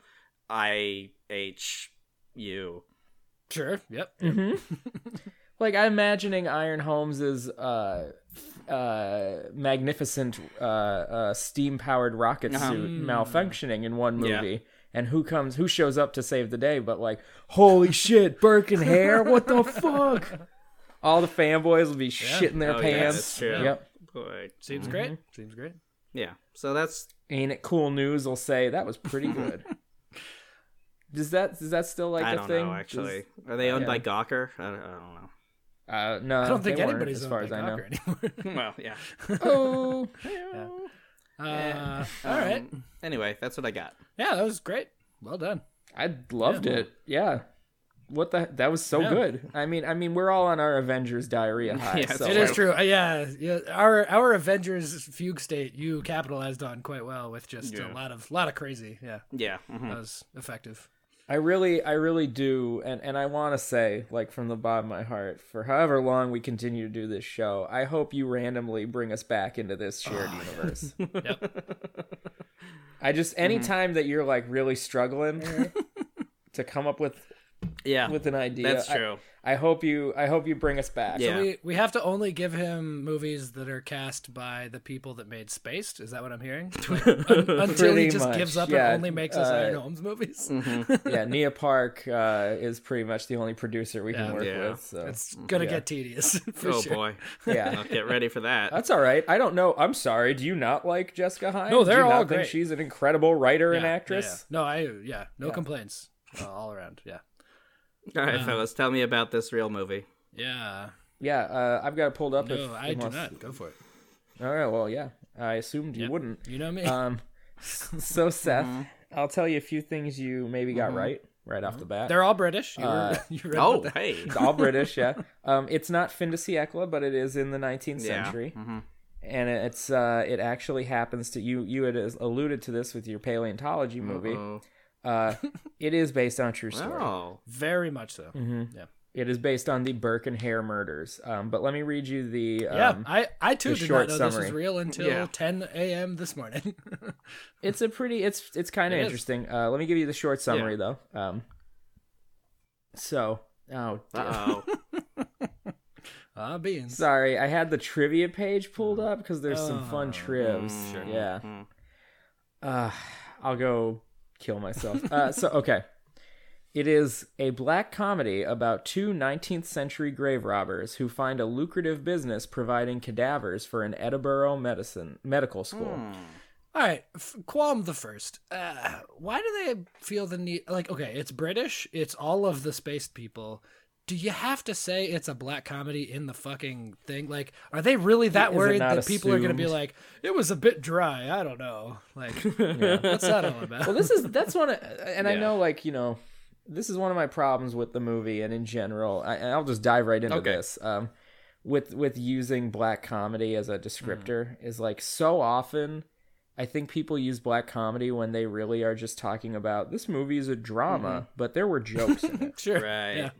Speaker 4: I H U.
Speaker 5: Sure. Yep.
Speaker 3: Like I'm imagining Iron Holmes is uh, uh, magnificent uh, uh, steam powered rocket
Speaker 4: Uh-huh.
Speaker 3: suit malfunctioning in one
Speaker 4: Yeah.
Speaker 3: movie. And who comes? Who shows up to save the day? But like, holy shit, Burke and Hare, what the fuck? All the fanboys will be shitting their
Speaker 4: Oh, yeah, that's
Speaker 3: pants.
Speaker 4: true.
Speaker 3: Yep.
Speaker 4: Boy.
Speaker 3: Mm-hmm.
Speaker 5: Seems great. Seems great.
Speaker 4: Yeah. So that's
Speaker 3: Ain't it cool news? Will say that was pretty good. Does that is that still like
Speaker 4: I
Speaker 3: a
Speaker 4: don't
Speaker 3: thing?
Speaker 4: know.
Speaker 3: Does-
Speaker 4: Actually, are they owned
Speaker 3: yeah.
Speaker 4: by Gawker? I don't, I don't know.
Speaker 3: uh, no,
Speaker 5: I don't think
Speaker 3: they weren't,
Speaker 5: anybody's
Speaker 3: as far as
Speaker 5: owned by
Speaker 3: I know.
Speaker 5: Gawker anymore.
Speaker 4: Well, yeah.
Speaker 3: Oh,
Speaker 5: Uh, all right.
Speaker 4: Um, Anyway, that's what I got.
Speaker 5: Yeah, that was great. Well done.
Speaker 3: I loved it. Yeah. What the? That was so good. I mean, I mean, we're all on our Avengers diarrhea high.
Speaker 4: Yes.
Speaker 3: so
Speaker 5: It
Speaker 4: It
Speaker 5: is
Speaker 3: like,
Speaker 5: true. Uh, yeah, yeah. Our our Avengers fugue state you capitalized on quite well with just
Speaker 4: Yeah.
Speaker 5: a lot of lot of crazy. Yeah,
Speaker 4: Yeah. mhm.
Speaker 3: Uh,
Speaker 5: that was effective.
Speaker 3: I really, I really do, and and I want to say, like from the bottom of my heart, for however long we continue to do this show, I hope you randomly bring us back into this shared universe. I just anytime that you're like really struggling to come up with
Speaker 4: Yeah.
Speaker 3: with uh, an idea,
Speaker 4: That's
Speaker 3: I-
Speaker 4: true.
Speaker 3: I, hope you, I hope you bring us back.
Speaker 4: Yeah.
Speaker 5: We we have to only give him movies that are cast by the people that made Spaced. Is that what I'm hearing? Like, un- until he
Speaker 3: Pretty
Speaker 5: just
Speaker 3: much,
Speaker 5: gives up
Speaker 3: yeah.
Speaker 5: and only makes us
Speaker 3: Uh,
Speaker 5: Iron Holmes movies.
Speaker 3: yeah, Nia Park uh, is pretty much the only producer we
Speaker 5: Yeah.
Speaker 3: can work
Speaker 4: Yeah.
Speaker 3: with. So
Speaker 5: It's gonna
Speaker 3: yeah.
Speaker 5: get tedious. For
Speaker 4: Oh
Speaker 5: sure.
Speaker 4: boy.
Speaker 3: yeah,
Speaker 4: I'll get ready for that.
Speaker 3: that's all right. I don't know. I'm sorry. Do you not like Jessica Hines?
Speaker 5: No, they're
Speaker 3: Do you not
Speaker 5: all
Speaker 3: think
Speaker 5: great.
Speaker 3: she's an incredible writer and
Speaker 5: Yeah, yeah,
Speaker 3: actress.
Speaker 5: yeah. No, I yeah, no complaints uh, all around. Yeah,
Speaker 4: All right, fellas, tell me about this real movie.
Speaker 5: yeah.
Speaker 3: Yeah, uh, I've got it pulled up. if,
Speaker 5: No, I do
Speaker 3: unless-
Speaker 5: not. Go for it.
Speaker 3: All right. Well, yeah. I assumed you wouldn't.
Speaker 5: You know me.
Speaker 3: Um, so Seth, I'll tell you a few things you maybe got right right off the bat.
Speaker 5: Mm-hmm. They're all British. You,
Speaker 3: uh,
Speaker 5: were, you read about
Speaker 4: Oh,
Speaker 5: that.
Speaker 4: hey.
Speaker 3: It's all British, yeah. Um, it's not fin de siècle, but it is in the 19th
Speaker 4: Yeah. Mm-hmm.
Speaker 3: century, and it's uh, it actually happens to you. You had alluded to this with your paleontology movie.
Speaker 4: Oh.
Speaker 3: Uh, it is based on a true story.
Speaker 4: Oh.
Speaker 5: very much so.
Speaker 3: Mm-hmm. It is based on the Burke and Hare murders. Um, but let me read you the. Um,
Speaker 5: Yeah, I, I too
Speaker 3: the
Speaker 5: did
Speaker 3: short
Speaker 5: not know this
Speaker 3: summary.
Speaker 5: was real until
Speaker 4: Yeah.
Speaker 5: 10 a.m. this morning.
Speaker 3: it's a pretty it's it's kind of
Speaker 5: It is.
Speaker 3: interesting uh let me give you the short summary though um so oh dear.
Speaker 4: Uh-oh.
Speaker 5: Ah, beans.
Speaker 3: sorry i had the trivia page pulled
Speaker 5: Mm.
Speaker 3: up because there's some
Speaker 5: Oh.
Speaker 3: fun trivs
Speaker 4: mm-hmm.
Speaker 3: yeah uh i'll go kill myself uh so okay it is a black comedy about two 19th century grave robbers who find a lucrative business providing cadavers for an edinburgh medicine medical school
Speaker 4: Hmm.
Speaker 5: All right, f- Qualm the first. Uh, why do they feel the need? Like, okay, it's British. It's all of the spaced people. Do you have to say it's a black comedy in the fucking thing? Like, are they really that
Speaker 3: Is it
Speaker 5: worried
Speaker 3: not
Speaker 5: that people are going to be
Speaker 3: assumed?
Speaker 5: like, it was a bit dry? I don't know. Like, what's that all about?
Speaker 3: well this is that's one of, and i
Speaker 4: Yeah.
Speaker 3: know like you know this is one of my problems with the movie and in general I, and i'll just dive right into
Speaker 4: Okay.
Speaker 3: this um with with using black comedy as a
Speaker 5: Mm.
Speaker 3: descriptor is like so often i think people use black comedy when they really are just talking about this movie is a drama
Speaker 5: Mm-hmm.
Speaker 3: but there were jokes in it
Speaker 5: sure.
Speaker 4: Right.
Speaker 5: Yeah.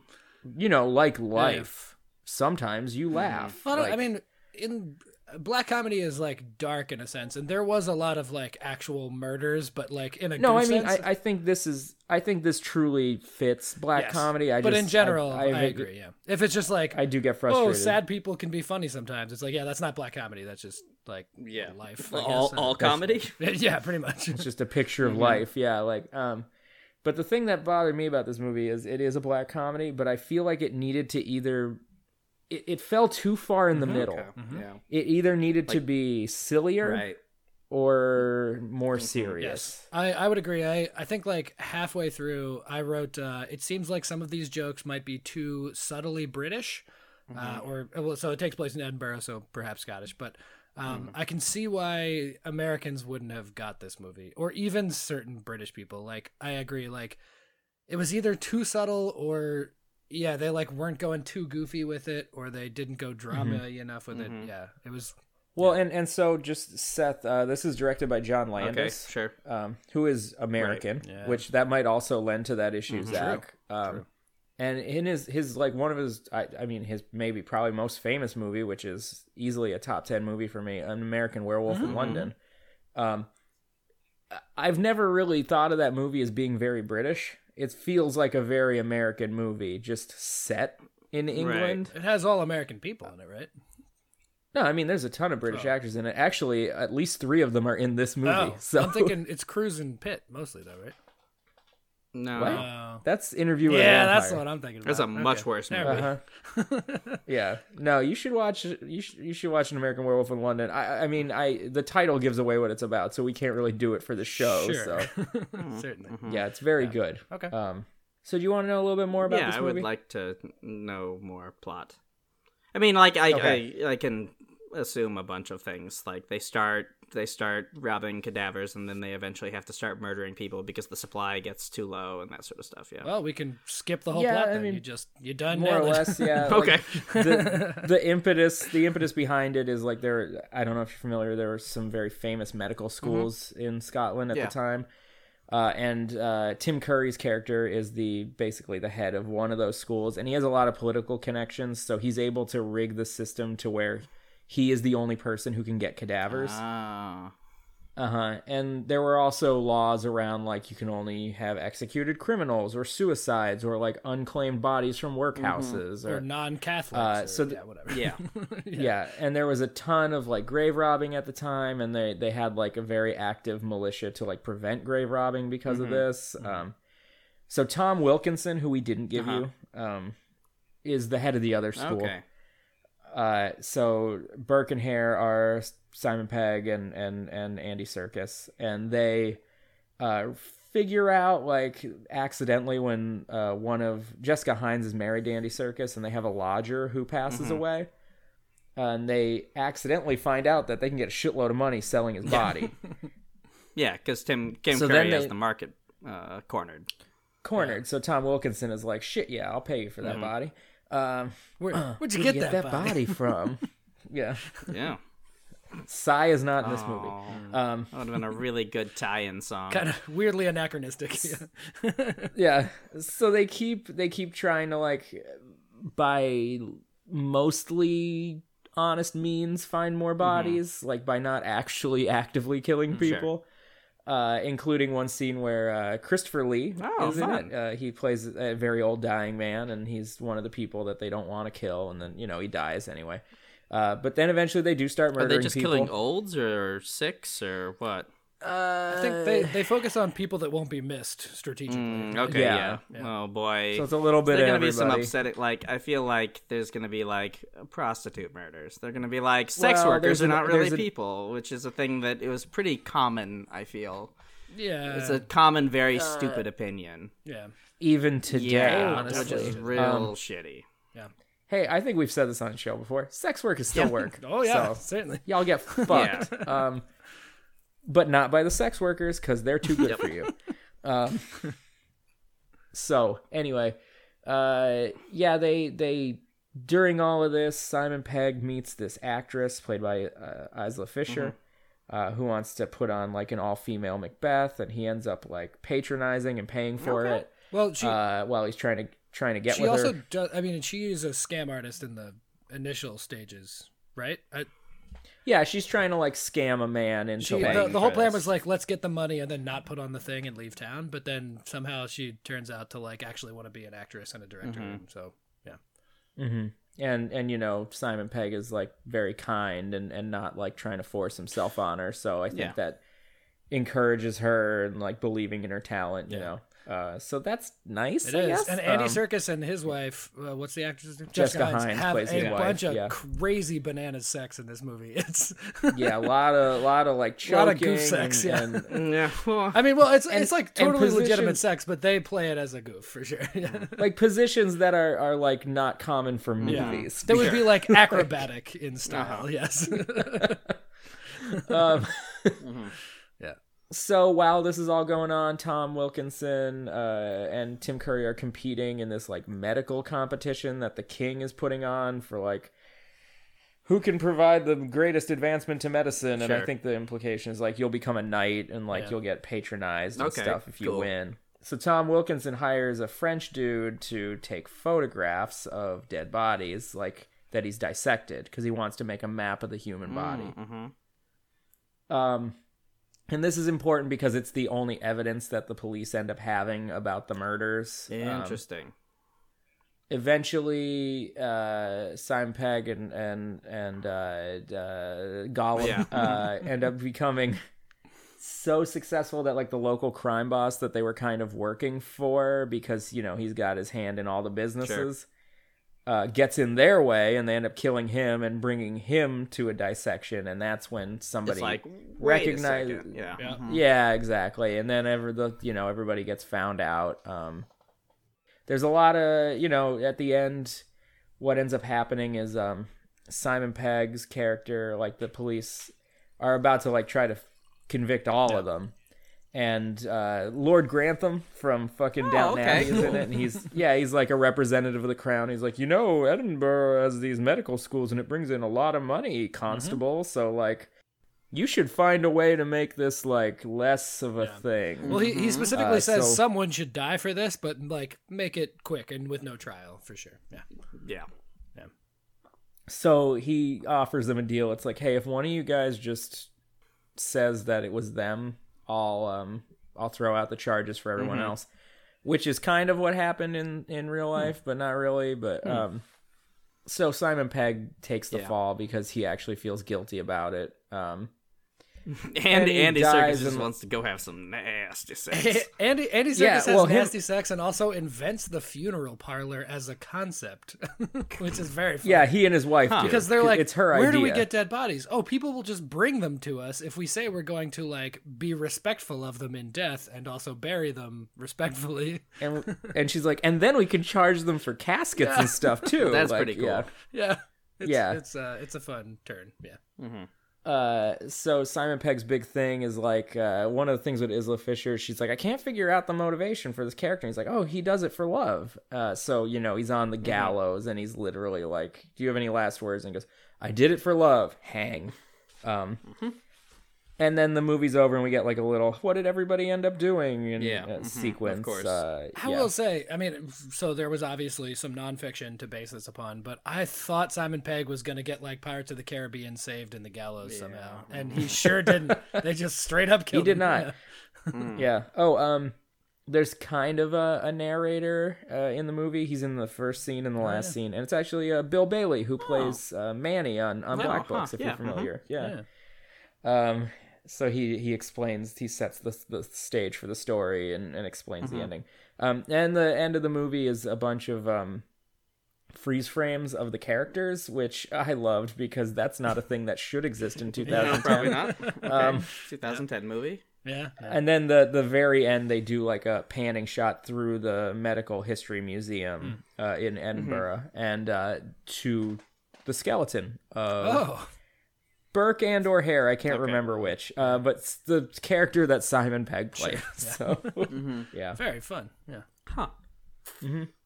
Speaker 3: you know like life sometimes you laugh
Speaker 5: Mm-hmm. Well, I don't-
Speaker 3: like-
Speaker 5: I mean, in black comedy is like dark in a sense, and there was a lot of like actual murders, but like in a
Speaker 3: no
Speaker 5: good
Speaker 3: i mean I,
Speaker 5: sense.
Speaker 3: I think this is i think this truly fits black
Speaker 5: Yes.
Speaker 3: comedy i
Speaker 5: but
Speaker 3: just
Speaker 5: in general,
Speaker 3: I,
Speaker 5: I,
Speaker 3: I-
Speaker 5: agree. Yeah, if it's just like
Speaker 3: i do get frustrated
Speaker 5: oh, sad people can be funny sometimes. It's like yeah, that's not black comedy. That's just like
Speaker 4: Yeah.
Speaker 5: life. I
Speaker 4: All,
Speaker 5: guess. uh,
Speaker 4: all comedy?
Speaker 5: yeah, pretty much.
Speaker 3: it's just a picture
Speaker 4: Mm-hmm.
Speaker 3: of life yeah like um but the thing that bothered me about this movie is it is a black comedy but i feel like it needed to either it, it fell too far in the middle.
Speaker 4: Mm-hmm. Okay.
Speaker 5: Mm-hmm.
Speaker 4: Yeah.
Speaker 3: It either needed to be sillier
Speaker 4: Right. Mm-hmm.
Speaker 3: or more serious.
Speaker 5: I, I would agree. I, I think like halfway through, I wrote, uh, it seems like some of these jokes might be too subtly British. Uh, or well, so it takes place in Edinburgh, so perhaps Scottish. But um, I can see why Americans wouldn't have got this movie, or even certain British people. Like I agree, like it was either too subtle, or yeah, they like weren't going too goofy with it, or they didn't go drama enough with it. Yeah, it was
Speaker 3: Well, and and so just Seth, uh, this is directed by John
Speaker 4: Okay.
Speaker 3: Landis,
Speaker 4: Sure.
Speaker 3: um, who is American,
Speaker 5: Yeah. Mm-hmm.
Speaker 3: which that might also lend to that issue, Zach. Um, And in his his like one of his, I, I mean his maybe probably most famous movie, which is easily a top ten movie for me, An American Werewolf
Speaker 5: Mm-hmm.
Speaker 3: in London. Um, I- I've never really thought of that movie as being very British. It feels like a very American movie, just set in England.
Speaker 5: it has all American people in it, right?
Speaker 3: No, I mean there's a ton of British actors in it. Actually, at least three of them are in this movie.
Speaker 5: Oh,
Speaker 3: so
Speaker 5: I'm thinking it's Cruise and Pitt mostly, though, right?
Speaker 4: No.
Speaker 3: What?
Speaker 5: Oh.
Speaker 3: that's interview. with a
Speaker 5: yeah, that's
Speaker 3: Vampire.
Speaker 5: what I'm thinking.
Speaker 4: That's
Speaker 5: about.
Speaker 4: a much
Speaker 5: Okay.
Speaker 4: worse
Speaker 5: There
Speaker 4: movie.
Speaker 5: we go.
Speaker 3: Uh-huh. yeah. No, you should watch. You should, you should watch an American Werewolf in London. I I mean I the title gives away what it's about, so we can't really do it for the show.
Speaker 5: Sure.
Speaker 3: So
Speaker 4: Mm-hmm.
Speaker 5: Certainly.
Speaker 3: yeah, it's very good.
Speaker 5: Okay.
Speaker 3: Um. So do you want to know a little bit more about
Speaker 4: yeah,
Speaker 3: this
Speaker 4: I
Speaker 3: movie?
Speaker 4: would like to know more plot. I mean, like I,
Speaker 3: Okay.
Speaker 4: I, I can assume a bunch of things. Like they start they start robbing cadavers, and then they eventually have to start murdering people because the supply gets too low and that sort of stuff. Yeah.
Speaker 5: Well, we can skip the whole
Speaker 3: Yeah,
Speaker 5: plot.
Speaker 3: I
Speaker 5: Then
Speaker 3: mean,
Speaker 5: you just you done
Speaker 3: more or
Speaker 5: nailed it.
Speaker 3: less, yeah. like,
Speaker 4: okay.
Speaker 3: the, the impetus the impetus behind it is like there I don't know if you're familiar there were some very famous medical schools in Scotland at
Speaker 4: Mm-hmm. Yeah.
Speaker 3: the time uh, and uh, Tim Curry's character is the basically the head of one of those schools and he has a lot of political connections so he's able to rig the system to where he is the only person who can get cadavers
Speaker 4: Ah.
Speaker 3: uh-huh. And there were also laws around like you can only have executed criminals or suicides or like unclaimed bodies
Speaker 4: Mm-hmm.
Speaker 3: from workhouses
Speaker 5: or
Speaker 3: or
Speaker 5: non-Catholics.
Speaker 3: Uh,
Speaker 5: or,
Speaker 3: so the-
Speaker 5: yeah, whatever.
Speaker 4: yeah.
Speaker 3: yeah and there was a ton of like grave robbing at the time and they they had like a very active militia to like prevent grave robbing because of this um so tom wilkinson who we didn't give you um is the head of the other school
Speaker 4: Okay.
Speaker 3: uh so burke and hare are simon pegg and and and andy circus and they uh figure out like accidentally when uh one of jessica hines is married to andy circus and they have a lodger who passes
Speaker 5: Mm-hmm.
Speaker 3: away and they accidentally find out that they can get a shitload of money selling his body
Speaker 4: Yeah, because Tim Tim
Speaker 3: So
Speaker 4: Curry
Speaker 3: then
Speaker 4: has
Speaker 3: they-
Speaker 4: the market uh, cornered.
Speaker 3: cornered so tom wilkinson is like shit yeah i'll pay you for that body um
Speaker 5: Where,
Speaker 3: where'd
Speaker 5: would Mm-hmm. you get,
Speaker 3: you
Speaker 5: that, body?
Speaker 3: from yeah
Speaker 4: Yeah. Oh.
Speaker 3: Psy is not in this
Speaker 5: Oh.
Speaker 3: movie um
Speaker 4: That would have been a really good tie-in song.
Speaker 5: Kind of weirdly anachronistic. Yeah.
Speaker 3: yeah so they keep they keep trying to like by mostly honest means find
Speaker 4: Mm-hmm.
Speaker 3: more bodies like by not actually actively
Speaker 4: Mm,
Speaker 3: killing people uh including one scene where uh christopher lee
Speaker 4: Oh,
Speaker 3: is in
Speaker 4: fun.
Speaker 3: it. Uh, he plays a very old dying man and he's one of the people that they don't want to kill and then you know he dies anyway uh but then eventually they do start
Speaker 4: Are
Speaker 3: murdering
Speaker 4: they just
Speaker 3: people
Speaker 4: killing olds or six or what?
Speaker 5: I think
Speaker 3: Uh,
Speaker 5: they, they focus on people that won't be missed strategically.
Speaker 4: Mm, okay, yeah.
Speaker 3: Yeah.
Speaker 4: Oh boy.
Speaker 3: so it's a little bit
Speaker 4: There's
Speaker 3: of
Speaker 4: gonna be some
Speaker 3: everybody.
Speaker 4: upsetting. Like I feel like there's gonna be like prostitute murders. They're gonna be like sex
Speaker 3: Well,
Speaker 4: workers
Speaker 3: there's
Speaker 4: are
Speaker 3: an-
Speaker 4: not really
Speaker 3: there's a-
Speaker 4: people, which is a thing that it was pretty common. I feel
Speaker 3: Uh,
Speaker 5: Yeah.
Speaker 4: it's a common, very stupid opinion.
Speaker 5: yeah.
Speaker 3: even today
Speaker 4: Yeah, which
Speaker 3: honestly
Speaker 4: is real
Speaker 3: Um,
Speaker 4: shitty.
Speaker 3: Hey, I think we've said this on the show before. Sex work is still work.
Speaker 5: Oh yeah,
Speaker 3: So,
Speaker 5: certainly.
Speaker 3: y'all get fucked. Um, but not by the sex workers because they're too good for you. Um, so anyway, uh, yeah, they they during all of this, Simon Pegg meets this actress played by uh, Isla Fisher.
Speaker 5: Mm-hmm.
Speaker 3: Uh, who wants to put on like an all-female Macbeth, and he ends up like patronizing and paying for it
Speaker 5: Well, she
Speaker 3: uh, while he's trying to trying to get
Speaker 5: she
Speaker 3: with
Speaker 5: also
Speaker 3: her.
Speaker 5: does. I mean, she is a scam artist in the initial stages, right? I,
Speaker 3: Yeah, she's trying to like scam a man into
Speaker 5: She,
Speaker 3: paying
Speaker 5: the, the whole
Speaker 3: for
Speaker 5: plan
Speaker 3: this.
Speaker 5: was like, let's get the money and then not put on the thing and leave town. But then somehow she turns out to like actually want to be an actress and a director.
Speaker 3: Mm-hmm.
Speaker 5: and So yeah, Mm-hmm.
Speaker 3: hmm And and you know Simon Pegg is like very kind and and not like trying to force himself on her. So I think
Speaker 4: Yeah.
Speaker 3: that encourages her and like believing in her talent. You
Speaker 5: Yeah.
Speaker 3: know, Uh, so that's nice.
Speaker 5: It
Speaker 3: I
Speaker 5: is.
Speaker 3: guess.
Speaker 5: And Andy
Speaker 3: Um,
Speaker 5: Circus and his wife, uh, what's the actress's name?
Speaker 3: Jessica Hines
Speaker 5: have
Speaker 3: plays
Speaker 5: a
Speaker 3: his wife,
Speaker 5: bunch of
Speaker 3: yeah.
Speaker 5: crazy banana sex in this movie. It's
Speaker 3: yeah, a lot of lot of like choking
Speaker 5: Lot of goof
Speaker 3: and-
Speaker 5: sex, yeah.
Speaker 3: and
Speaker 4: Yeah.
Speaker 5: I mean, well, it's
Speaker 3: And-
Speaker 5: it's like
Speaker 3: and
Speaker 5: totally
Speaker 3: position-
Speaker 5: legitimate sex, but they play it as a goof for sure. Yeah.
Speaker 3: like positions that are are like not common for
Speaker 5: Yeah.
Speaker 3: movies.
Speaker 5: That would be like acrobatic in style,
Speaker 3: Uh-huh.
Speaker 5: yes.
Speaker 3: Um,
Speaker 5: Yeah.
Speaker 3: So while this is all going on, Tom Wilkinson uh, and Tim Curry are competing in this like medical competition that the king is putting on for like who can provide the greatest advancement to medicine. And I
Speaker 4: Sure.
Speaker 3: think the implication is like you'll become a knight and like
Speaker 5: Yeah.
Speaker 3: you'll get patronized and
Speaker 4: Okay,
Speaker 3: stuff if you
Speaker 4: cool.
Speaker 3: win. So Tom Wilkinson hires a French dude to take photographs of dead bodies, like that he's dissected, because he wants to make a map of the human body.
Speaker 4: Mm-hmm.
Speaker 3: Um, and this is important because it's the only evidence that the police end up having about the murders. Um,
Speaker 4: Interesting.
Speaker 3: eventually, uh, Simon Pegg and and and uh, uh, Gollum
Speaker 4: Yeah.
Speaker 3: uh, end up becoming so successful that like the local crime boss that they were kind of working for because you know he's got his hand in all the businesses. Uh, gets in their way and they end up killing him and bringing him to a dissection and that's when somebody
Speaker 4: it's like wait a
Speaker 3: recognize-
Speaker 4: second. Yeah. Mm-hmm.
Speaker 5: Yeah.
Speaker 3: yeah, exactly. And then ever the you know everybody gets found out. Um, there's a lot of you know at the end, what ends up happening is um, Simon Pegg's character, like the police, are about to like try to f- convict all of them. And uh, Lord Grantham from fucking Downton
Speaker 4: okay,
Speaker 3: Abbey is in it, and he's yeah, he's like a representative of the crown. He's like, you know, Edinburgh has these medical schools, and it brings in a lot of money, constable. So like, you should find a way to make this like less of a thing.
Speaker 5: Well, he, he specifically
Speaker 3: Uh,
Speaker 5: says
Speaker 3: so-
Speaker 5: someone should die for this, but like make it quick and with no trial for sure. Yeah.
Speaker 4: Yeah.
Speaker 3: so he offers them a deal. It's like, hey, if one of you guys just says that it was them, I'll um I'll throw out the charges for everyone
Speaker 5: Mm-hmm.
Speaker 3: else. Which is kind of what happened in in real
Speaker 5: Hmm.
Speaker 3: life, but not really. But um, so Simon Pegg takes the
Speaker 4: Yeah.
Speaker 3: fall because he actually feels guilty about it. Um,
Speaker 4: And
Speaker 3: he
Speaker 4: Andy
Speaker 3: dies
Speaker 4: Serkis just
Speaker 3: and-
Speaker 4: wants to go have some nasty sex.
Speaker 5: Andy Andy Serkis
Speaker 3: Yeah,
Speaker 5: has
Speaker 3: well, him-
Speaker 5: nasty sex and also invents the funeral parlor as a concept, which is very funny.
Speaker 3: yeah, he and his wife do.
Speaker 5: because they're like,
Speaker 3: it's her
Speaker 5: Where
Speaker 3: idea.
Speaker 5: do we get dead bodies? Oh, people will just bring them to us if we say we're going to like be respectful of them in death and also bury them respectfully.
Speaker 3: and, and she's like, and then we can charge them for caskets and stuff too.
Speaker 4: That's
Speaker 3: Like,
Speaker 4: pretty cool.
Speaker 3: yeah.
Speaker 5: Yeah. It's,
Speaker 3: Yeah.
Speaker 5: it's uh, it's a fun turn. Yeah,
Speaker 3: Uh, so Simon Pegg's big thing is like uh, one of the things with Isla Fisher. She's like, I can't figure out the motivation for this character. And he's like, Oh, he does it for love. Uh, so you know, he's on
Speaker 4: Mm-hmm.
Speaker 3: the gallows and he's literally like, Do you have any last words? And he goes, I did it for love. Hang. Um,
Speaker 4: Mm-hmm.
Speaker 3: and then the movie's over and we get like a little, What did everybody end up doing? And,
Speaker 4: Yeah,
Speaker 3: uh,
Speaker 4: mhm, of
Speaker 3: sequence.
Speaker 4: course.
Speaker 3: Uh,
Speaker 5: I
Speaker 3: yeah.
Speaker 5: will say, I mean, so there was obviously some nonfiction to base this upon, but I thought Simon Pegg was going to get like Pirates of the Caribbean saved in the gallows somehow, and he sure didn't. They just straight up
Speaker 3: He
Speaker 5: killed.
Speaker 3: did
Speaker 5: him.
Speaker 3: not.
Speaker 5: Yeah.
Speaker 3: Yeah. Oh, um, there's kind of a, a narrator uh, in the movie. He's in the first scene
Speaker 4: Oh,
Speaker 3: and the last scene, and it's actually uh, Bill Bailey who plays uh, Manny on, on Black
Speaker 4: huh,
Speaker 3: Books, if
Speaker 4: yeah,
Speaker 3: you're
Speaker 4: mhm.
Speaker 3: familiar. Yeah. Um. So he he explains he sets the the stage for the story and, and explains the ending. Um. And the end of the movie is a bunch of um freeze frames of the characters, which I loved because that's not a thing that should exist in 2010.
Speaker 4: No, probably not. Okay.
Speaker 3: Um,
Speaker 4: 2010 movie.
Speaker 5: Yeah,
Speaker 3: and then the the very end they do like a panning shot through the medical history museum uh, in edinburgh and uh, to the skeleton of
Speaker 5: Oh,
Speaker 3: burke and or hare i can't remember which uh, but it's the character that simon pegg plays so yeah
Speaker 5: very fun. Yeah.
Speaker 4: Huh.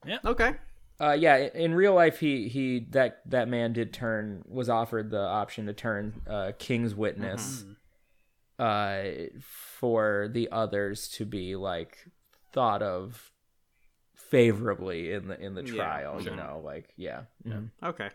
Speaker 5: Yeah.
Speaker 4: Okay.
Speaker 3: uh, yeah i- in real life he he that that man did turn was offered the option to turn uh, king's witness
Speaker 4: Mm-hmm.
Speaker 3: uh, for the others to be like thought of favorably in the in the
Speaker 4: Yeah,
Speaker 3: trial you
Speaker 4: sure.
Speaker 3: know like yeah Mhm.
Speaker 4: Okay.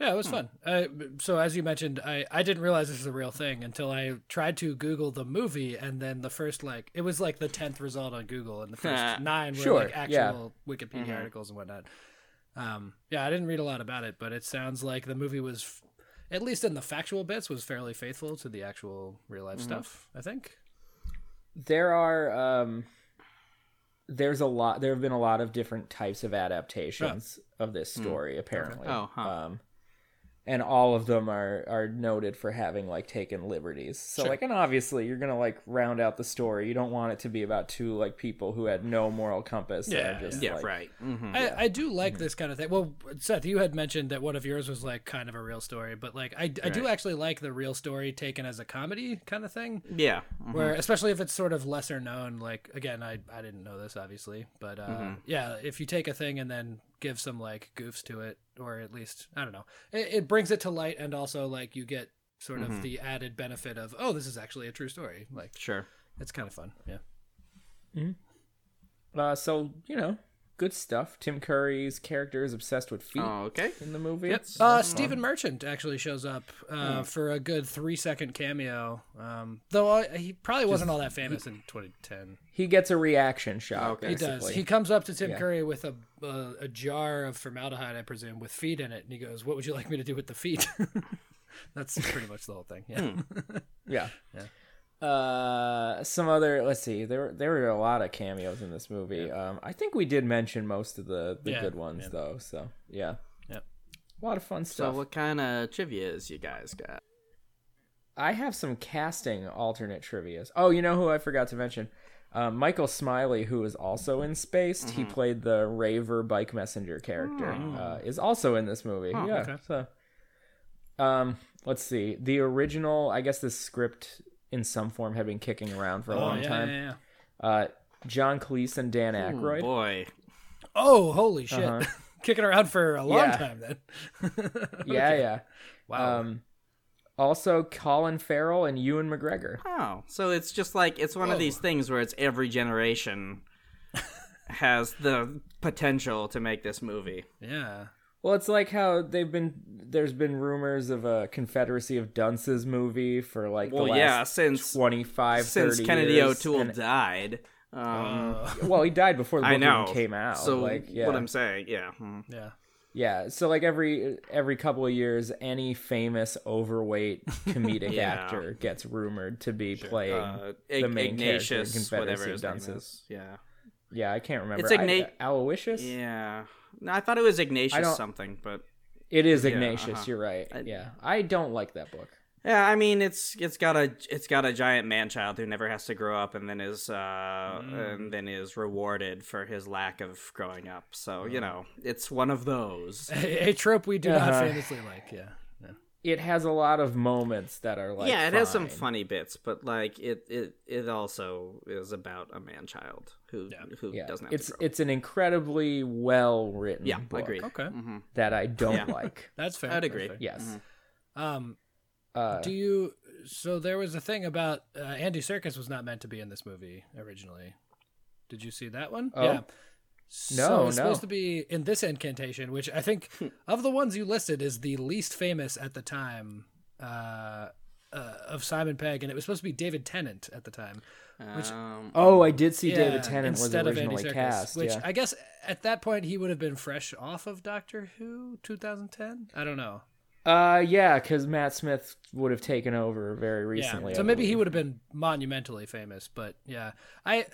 Speaker 5: Yeah, it was fun. Uh, so as you mentioned, I, I didn't realize this was a real thing until I tried to Google the movie, and then the first like it was like the tenth result on Google, and the first nine were
Speaker 3: Sure,
Speaker 5: like
Speaker 3: yeah.
Speaker 5: actual Wikipedia articles and whatnot. Um, yeah, I didn't read a lot about it, but it sounds like the movie was, f- at least in the factual bits, was fairly faithful to the actual real life stuff. I think.
Speaker 3: there are um there's a lot there have been a lot of different types of adaptations of this story apparently
Speaker 4: Hmm. Oh, huh.
Speaker 3: um and all of them are are noted for having like taken liberties so
Speaker 5: Sure.
Speaker 3: like and obviously you're gonna like round out the story you don't want it to be about two like people who had no moral compass and
Speaker 5: Yeah,
Speaker 3: are just
Speaker 4: Yeah,
Speaker 3: like,
Speaker 4: right. hmm
Speaker 5: I, I do like this kind of thing. Well, Seth, you had mentioned that one of yours was like kind of a real story, but like I, I do
Speaker 4: Right.
Speaker 5: actually like the real story taken as a comedy kind of thing,
Speaker 4: Yeah. mhm.
Speaker 5: where especially if it's sort of lesser known. Like again, I I didn't know this obviously, but uh, yeah, if you take a thing and then give some like goofs to it, or at least I don't know, it, it brings it to light, and also like you get sort of the added benefit of oh, this is actually a true story. Like
Speaker 4: Sure.
Speaker 5: it's kind of fun. Yeah.
Speaker 3: uh, so you know good stuff tim curry's character is obsessed with feet
Speaker 4: Oh, okay.
Speaker 3: in the movie It's-
Speaker 5: Uh, Stephen Merchant actually shows up uh, for a good three second cameo, um, though I, he probably wasn't all that famous in 2010.
Speaker 3: he gets a reaction shot
Speaker 4: Okay.
Speaker 5: He does.
Speaker 3: basically.
Speaker 5: He comes up to Tim Curry with a, a a jar of formaldehyde, I presume, with feet in it, and he goes, "What would you like me to do with the feet?" That's pretty much the whole thing. Yeah.
Speaker 3: Hmm, Yeah. Uh, some other. Let's see. There there were a lot of cameos in this movie. Um, I think we did mention most of the the
Speaker 5: Yeah,
Speaker 3: good ones though. So yeah.
Speaker 5: Yep.
Speaker 3: A lot of fun
Speaker 4: So,
Speaker 3: stuff.
Speaker 4: what kind of trivia is you guys got?
Speaker 3: I have some casting alternate trivia's. Oh, you know who I forgot to mention? Uh, Michael Smiley, who is also in Spaced, he
Speaker 4: Mm-hmm.
Speaker 3: played the raver bike messenger character, uh, is also in this movie. yeah.
Speaker 5: Hmm. okay.
Speaker 3: So, um, let's see. The original, I guess, this script in some form had been kicking around for a
Speaker 5: Oh
Speaker 3: long
Speaker 5: yeah,
Speaker 3: time.
Speaker 5: yeah, yeah.
Speaker 3: uh, John Cleese and Dan
Speaker 4: Hmm.
Speaker 3: Aykroyd.
Speaker 4: Boy.
Speaker 5: Oh, holy shit!
Speaker 3: Uh-huh.
Speaker 5: Kicking around for a long
Speaker 3: Yeah.
Speaker 5: time then.
Speaker 3: Yeah, yeah.
Speaker 5: Wow.
Speaker 3: Um, also, Colin Farrell and Ewan McGregor.
Speaker 4: Oh, so it's just like it's one of these things where it's every generation has the potential to make this movie.
Speaker 5: yeah.
Speaker 3: Well, it's like how they've been. There's been rumors of a Confederacy of Dunces movie for like
Speaker 4: Well,
Speaker 3: the last
Speaker 4: yeah, since
Speaker 3: 25,
Speaker 4: since
Speaker 3: 30
Speaker 4: Kennedy
Speaker 3: years,
Speaker 4: O'Toole
Speaker 3: and- Oh.
Speaker 4: died. Um,
Speaker 5: Oh,
Speaker 3: well, he died before the book
Speaker 4: I know
Speaker 3: even came out.
Speaker 4: So
Speaker 3: like, yeah.
Speaker 4: what I'm saying, yeah, mhm.
Speaker 5: Yeah.
Speaker 3: Yeah, so like every every couple of years, any famous overweight comedic
Speaker 4: Yeah.
Speaker 3: actor gets rumored to be playing
Speaker 4: uh,
Speaker 3: the
Speaker 4: Ig-
Speaker 3: main
Speaker 4: Ignatius,
Speaker 3: character in Confederacy
Speaker 4: whatever
Speaker 3: of
Speaker 4: his name
Speaker 3: Dunces.
Speaker 4: is. Yeah,
Speaker 3: Yeah, I can't remember.
Speaker 4: It's Igna-
Speaker 3: I, Aloysius.
Speaker 4: yeah. No, I thought it was Ignatius
Speaker 3: don't-
Speaker 4: something, but
Speaker 3: It is Ignatius.
Speaker 4: uh-huh.
Speaker 3: You're right. yeah, I don't like that book.
Speaker 4: Yeah, I mean it's it's got a it's got a giant man child who never has to grow up and then is uh
Speaker 3: Mm.
Speaker 4: and then is rewarded for his lack of growing up. So,
Speaker 3: Mm.
Speaker 4: you know, it's one of those.
Speaker 5: A, a trope we do not
Speaker 3: Uh-huh.
Speaker 5: famously like. Yeah. Yeah.
Speaker 3: It has a lot of moments that are like.
Speaker 4: yeah, it has some
Speaker 3: fine.
Speaker 4: funny bits, but like it it it also is about a man child who who
Speaker 3: Yeah,
Speaker 4: doesn't have
Speaker 3: it's
Speaker 4: to grow. up.
Speaker 3: it's an incredibly well written.
Speaker 4: yeah,
Speaker 3: book
Speaker 4: agreed.
Speaker 5: Okay.
Speaker 4: Mm-hmm.
Speaker 3: That I don't like.
Speaker 5: That's fair.
Speaker 4: I'd
Speaker 5: that's
Speaker 4: agree.
Speaker 5: fair.
Speaker 3: Yes.
Speaker 4: Mm-hmm.
Speaker 5: Um,
Speaker 3: Uh,
Speaker 5: do you? So there was a thing about uh, Andy Serkis was not meant to be in this movie originally. Did you see that one?
Speaker 3: Oh.
Speaker 5: Yeah.
Speaker 3: No,
Speaker 5: so it's
Speaker 3: no. Hmm.
Speaker 5: supposed to be in this incantation, which I think of the ones you listed is the least famous at the time uh, uh, of Simon Pegg, and it was supposed to be David Tennant at the time. Which-
Speaker 4: um,
Speaker 3: oh, I did see
Speaker 5: Yeah,
Speaker 3: David Tennant was
Speaker 5: instead of Andy
Speaker 3: originally
Speaker 5: Serkis,
Speaker 3: cast.
Speaker 5: which
Speaker 3: yeah.
Speaker 5: I guess at that point he would have been fresh off of Doctor Who, 2010. I don't know.
Speaker 3: uh, yeah, because Matt Smith would have taken over very recently.
Speaker 5: Yeah. So
Speaker 3: I
Speaker 5: maybe he
Speaker 3: believe.
Speaker 5: would have been monumentally famous, but yeah. I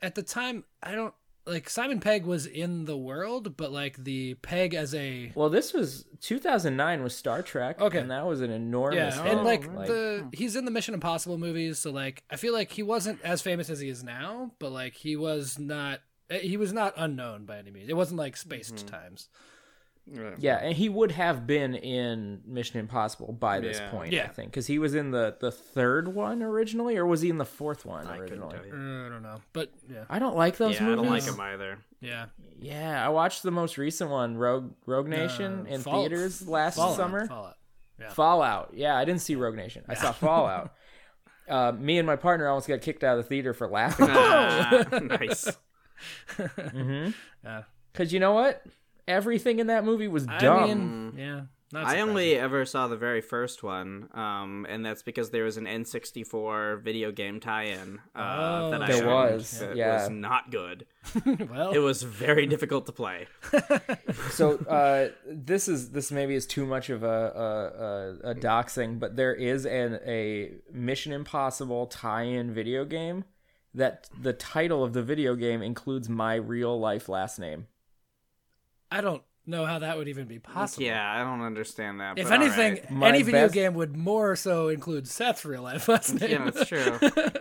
Speaker 5: at the time I don't like Simon Pegg was in the world, but like the Peg as a
Speaker 3: Well, this was 2009 was Star Trek.
Speaker 5: Okay.
Speaker 3: and that was an enormous.
Speaker 5: yeah,
Speaker 3: hit.
Speaker 5: and like
Speaker 3: hmm.
Speaker 5: the he's in the Mission Impossible movies, so like I feel like he wasn't as famous as he is now, but like he was not eh, he was not unknown by any means. It wasn't like spaced
Speaker 3: Mm-hmm.
Speaker 5: times.
Speaker 3: Yeah, and he would have been in Mission Impossible by this
Speaker 4: Yeah.
Speaker 3: point, I
Speaker 5: Yeah.
Speaker 3: think, because he was in the the third one originally, or was he in the fourth one
Speaker 4: I couldn't
Speaker 3: originally?
Speaker 4: tell
Speaker 5: Uh,
Speaker 4: you.
Speaker 5: I don't know, but yeah,
Speaker 3: I don't like those
Speaker 4: Yeah, I
Speaker 3: movies.
Speaker 4: don't like him either.
Speaker 5: yeah.
Speaker 3: Yeah, I watched the most recent one, Rogue Rogue Nation,
Speaker 5: Uh,
Speaker 3: in
Speaker 5: Fall-
Speaker 3: theaters last
Speaker 5: Fallout,
Speaker 3: summer.
Speaker 5: Fallout. Yeah.
Speaker 3: Fallout. Yeah, I didn't see Rogue Nation. I saw Fallout. uh, me and my partner almost got kicked out of the theater for laughing.
Speaker 5: Oh.
Speaker 4: Ah, nice.
Speaker 3: Because you know what? Everything in that movie was dumb.
Speaker 5: I mean, yeah. Not
Speaker 4: I
Speaker 5: surprising.
Speaker 4: only ever saw the very first one, um, and that's because there was an N64 video game tie-in uh,
Speaker 5: Oh.
Speaker 4: that I
Speaker 3: There
Speaker 4: owned
Speaker 3: was,
Speaker 4: that
Speaker 3: yeah.
Speaker 4: was not good.
Speaker 5: well,
Speaker 4: It was very difficult to play.
Speaker 3: so uh, this is this maybe is too much of a a, a, a doxing, but there is an a Mission Impossible tie-in video game that the title of the video game includes my real life last name.
Speaker 5: I don't know how that would even be possible.
Speaker 4: Yeah, I don't understand that.
Speaker 5: If
Speaker 4: but all
Speaker 5: anything,
Speaker 4: right.
Speaker 3: My
Speaker 5: any video
Speaker 3: best-
Speaker 5: game would more so include Seth's real life last name.
Speaker 4: yeah, that's true.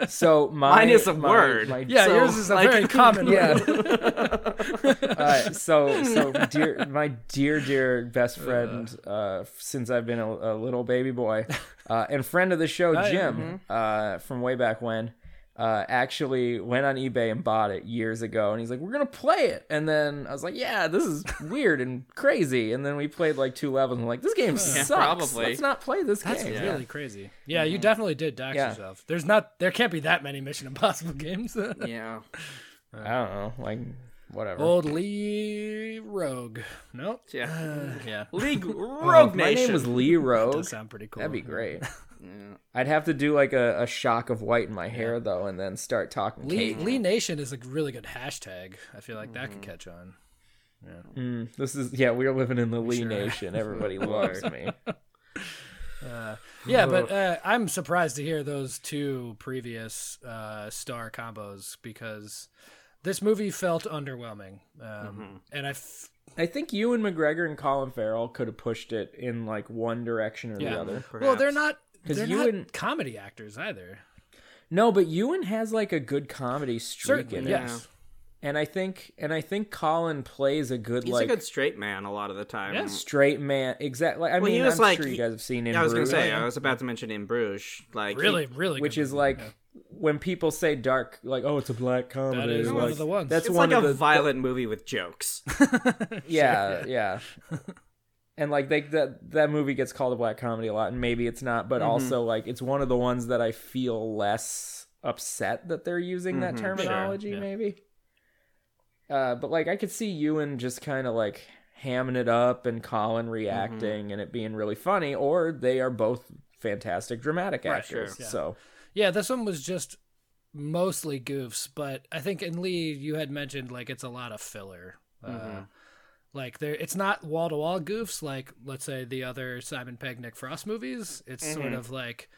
Speaker 3: So my,
Speaker 4: Mine is a
Speaker 3: my-
Speaker 4: word.
Speaker 3: my-
Speaker 5: Yeah,
Speaker 4: So,
Speaker 5: yours is a
Speaker 4: like-
Speaker 5: very common
Speaker 3: Yeah.
Speaker 5: one.
Speaker 3: uh, so so dear my dear dear best friend uh, since I've been a, a little baby boy uh, and friend of the show
Speaker 5: yeah,
Speaker 3: Jim uh, from way back when uh, actually went on eBay and bought it years ago and he's like we're gonna play it and then I was like yeah this is weird and crazy and then we played like two levels and we're like this game sucks
Speaker 4: probably.
Speaker 3: let's not play this
Speaker 5: That's
Speaker 3: game
Speaker 5: really crazy. Yeah, you definitely did dox
Speaker 3: Yeah.
Speaker 5: yourself. There's not, there can't be that many Mission Impossible games.
Speaker 4: yeah.
Speaker 3: I don't know like whatever
Speaker 5: Old Lee Rogue. Nope. Uh,
Speaker 4: Yeah.
Speaker 5: Yeah.
Speaker 4: League
Speaker 3: Oh,
Speaker 4: Rogue
Speaker 3: if my
Speaker 4: Nation.
Speaker 3: name was Lee Rogue
Speaker 5: Does sound pretty cool.
Speaker 3: that'd be great.
Speaker 4: Yeah.
Speaker 3: I'd have to do like a, a shock of white in my hair though, and then start talking.
Speaker 5: Lee,
Speaker 3: Lee,
Speaker 5: Lee Nation is a really good hashtag. I feel like that
Speaker 4: Mm-hmm.
Speaker 5: could catch on.
Speaker 3: Mm, this is yeah, we're living in the Lee Nation. Everybody loves me.
Speaker 5: Yeah, but uh, I'm surprised to hear those two previous uh, star combos because this movie felt underwhelming. Um,
Speaker 3: Mm-hmm.
Speaker 5: And I, f-
Speaker 3: I think you and McGregor and Colin Farrell could have pushed it in like one direction or
Speaker 5: Yeah.
Speaker 3: the other.
Speaker 5: well, they're
Speaker 4: Perhaps.
Speaker 5: not.
Speaker 3: 'Cause
Speaker 5: They're
Speaker 3: you
Speaker 5: not
Speaker 3: wouldn't-
Speaker 5: comedy actors either.
Speaker 3: No, but Ewan has like a good comedy streak in
Speaker 5: Certainly,
Speaker 3: it,
Speaker 5: yes.
Speaker 3: and I think and I think Colin plays a good
Speaker 4: He's
Speaker 3: like
Speaker 4: a good straight man a lot of the time.
Speaker 5: Yes.
Speaker 3: straight man. Exactly. I
Speaker 4: Well, he
Speaker 3: mean,
Speaker 4: was
Speaker 3: I'm
Speaker 4: like-
Speaker 3: sure you guys have seen in
Speaker 4: Yeah, I was gonna
Speaker 3: Bruges,
Speaker 4: say. I was about to mention in Bruges, like he-
Speaker 5: Really, really.
Speaker 3: which
Speaker 5: good
Speaker 3: is
Speaker 5: movie.
Speaker 3: like. When people say dark, like oh, it's a black comedy,
Speaker 5: is one
Speaker 3: like,
Speaker 5: of the ones.
Speaker 3: That's
Speaker 4: it's
Speaker 3: one
Speaker 4: like
Speaker 3: of
Speaker 4: a
Speaker 3: the,
Speaker 4: violent movie with jokes.
Speaker 3: yeah, yeah. and like they, that that movie gets called a black comedy a lot, and maybe it's not,
Speaker 5: Mm-hmm.
Speaker 3: but also like it's one of the ones that I feel less upset that they're using that terminology,
Speaker 5: Mm-hmm. yeah.
Speaker 3: maybe. Uh, but like I could see Ewan just kind of like hamming it up and Colin
Speaker 5: Mm-hmm.
Speaker 3: reacting and it being really funny, or they are both fantastic dramatic actors.
Speaker 5: yeah.
Speaker 3: So
Speaker 5: Yeah, this one was just mostly goofs, but I think in Lee you had mentioned like it's a lot of filler. Uh, like there, it's not wall to wall goofs like let's say the other Simon Pegg Nick Frost movies. It's sort of like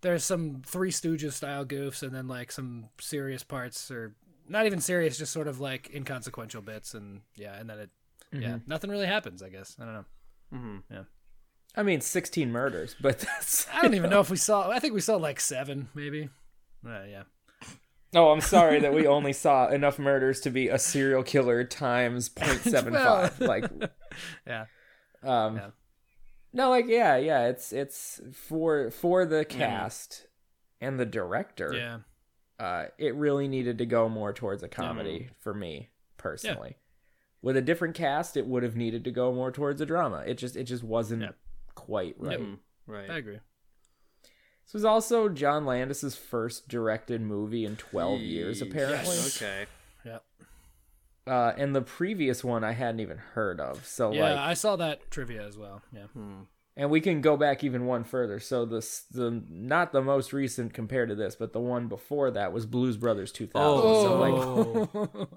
Speaker 5: there's some Three Stooges style goofs, and then like some serious parts or not even serious, just sort of like inconsequential bits, and yeah, and then it.
Speaker 3: Mm-hmm.
Speaker 5: Yeah, nothing really happens. I guess I don't know.
Speaker 3: I mean, sixteen murders, but that's
Speaker 5: I don't even know if we saw. I think we saw like seven, maybe. Uh, yeah,
Speaker 3: Oh, I'm sorry that we only saw enough murders to be a serial killer times 0.75.
Speaker 5: Well-
Speaker 3: like,
Speaker 5: yeah.
Speaker 3: um,
Speaker 5: Yeah.
Speaker 3: no, like, yeah, yeah. It's it's for for the cast and the director.
Speaker 5: Mm. Yeah.
Speaker 3: Uh, it really needed to go more towards a comedy for me personally. With a different cast, it would have needed to go more towards a drama. It just it just wasn't
Speaker 5: Yeah.
Speaker 3: quite right.
Speaker 5: I
Speaker 4: right.
Speaker 5: agree.
Speaker 3: This was also John Landis's first directed movie in 12 years, apparently.
Speaker 4: Okay.
Speaker 3: uh, and the previous one I hadn't even heard of. So
Speaker 5: Yeah,
Speaker 3: like,
Speaker 5: I saw that trivia as well. Yeah.
Speaker 3: and we can go back even one further. So this the not the most recent compared to this, but the one before that was Blues Brothers 2000.
Speaker 4: Oh.
Speaker 3: So like,
Speaker 5: Oh.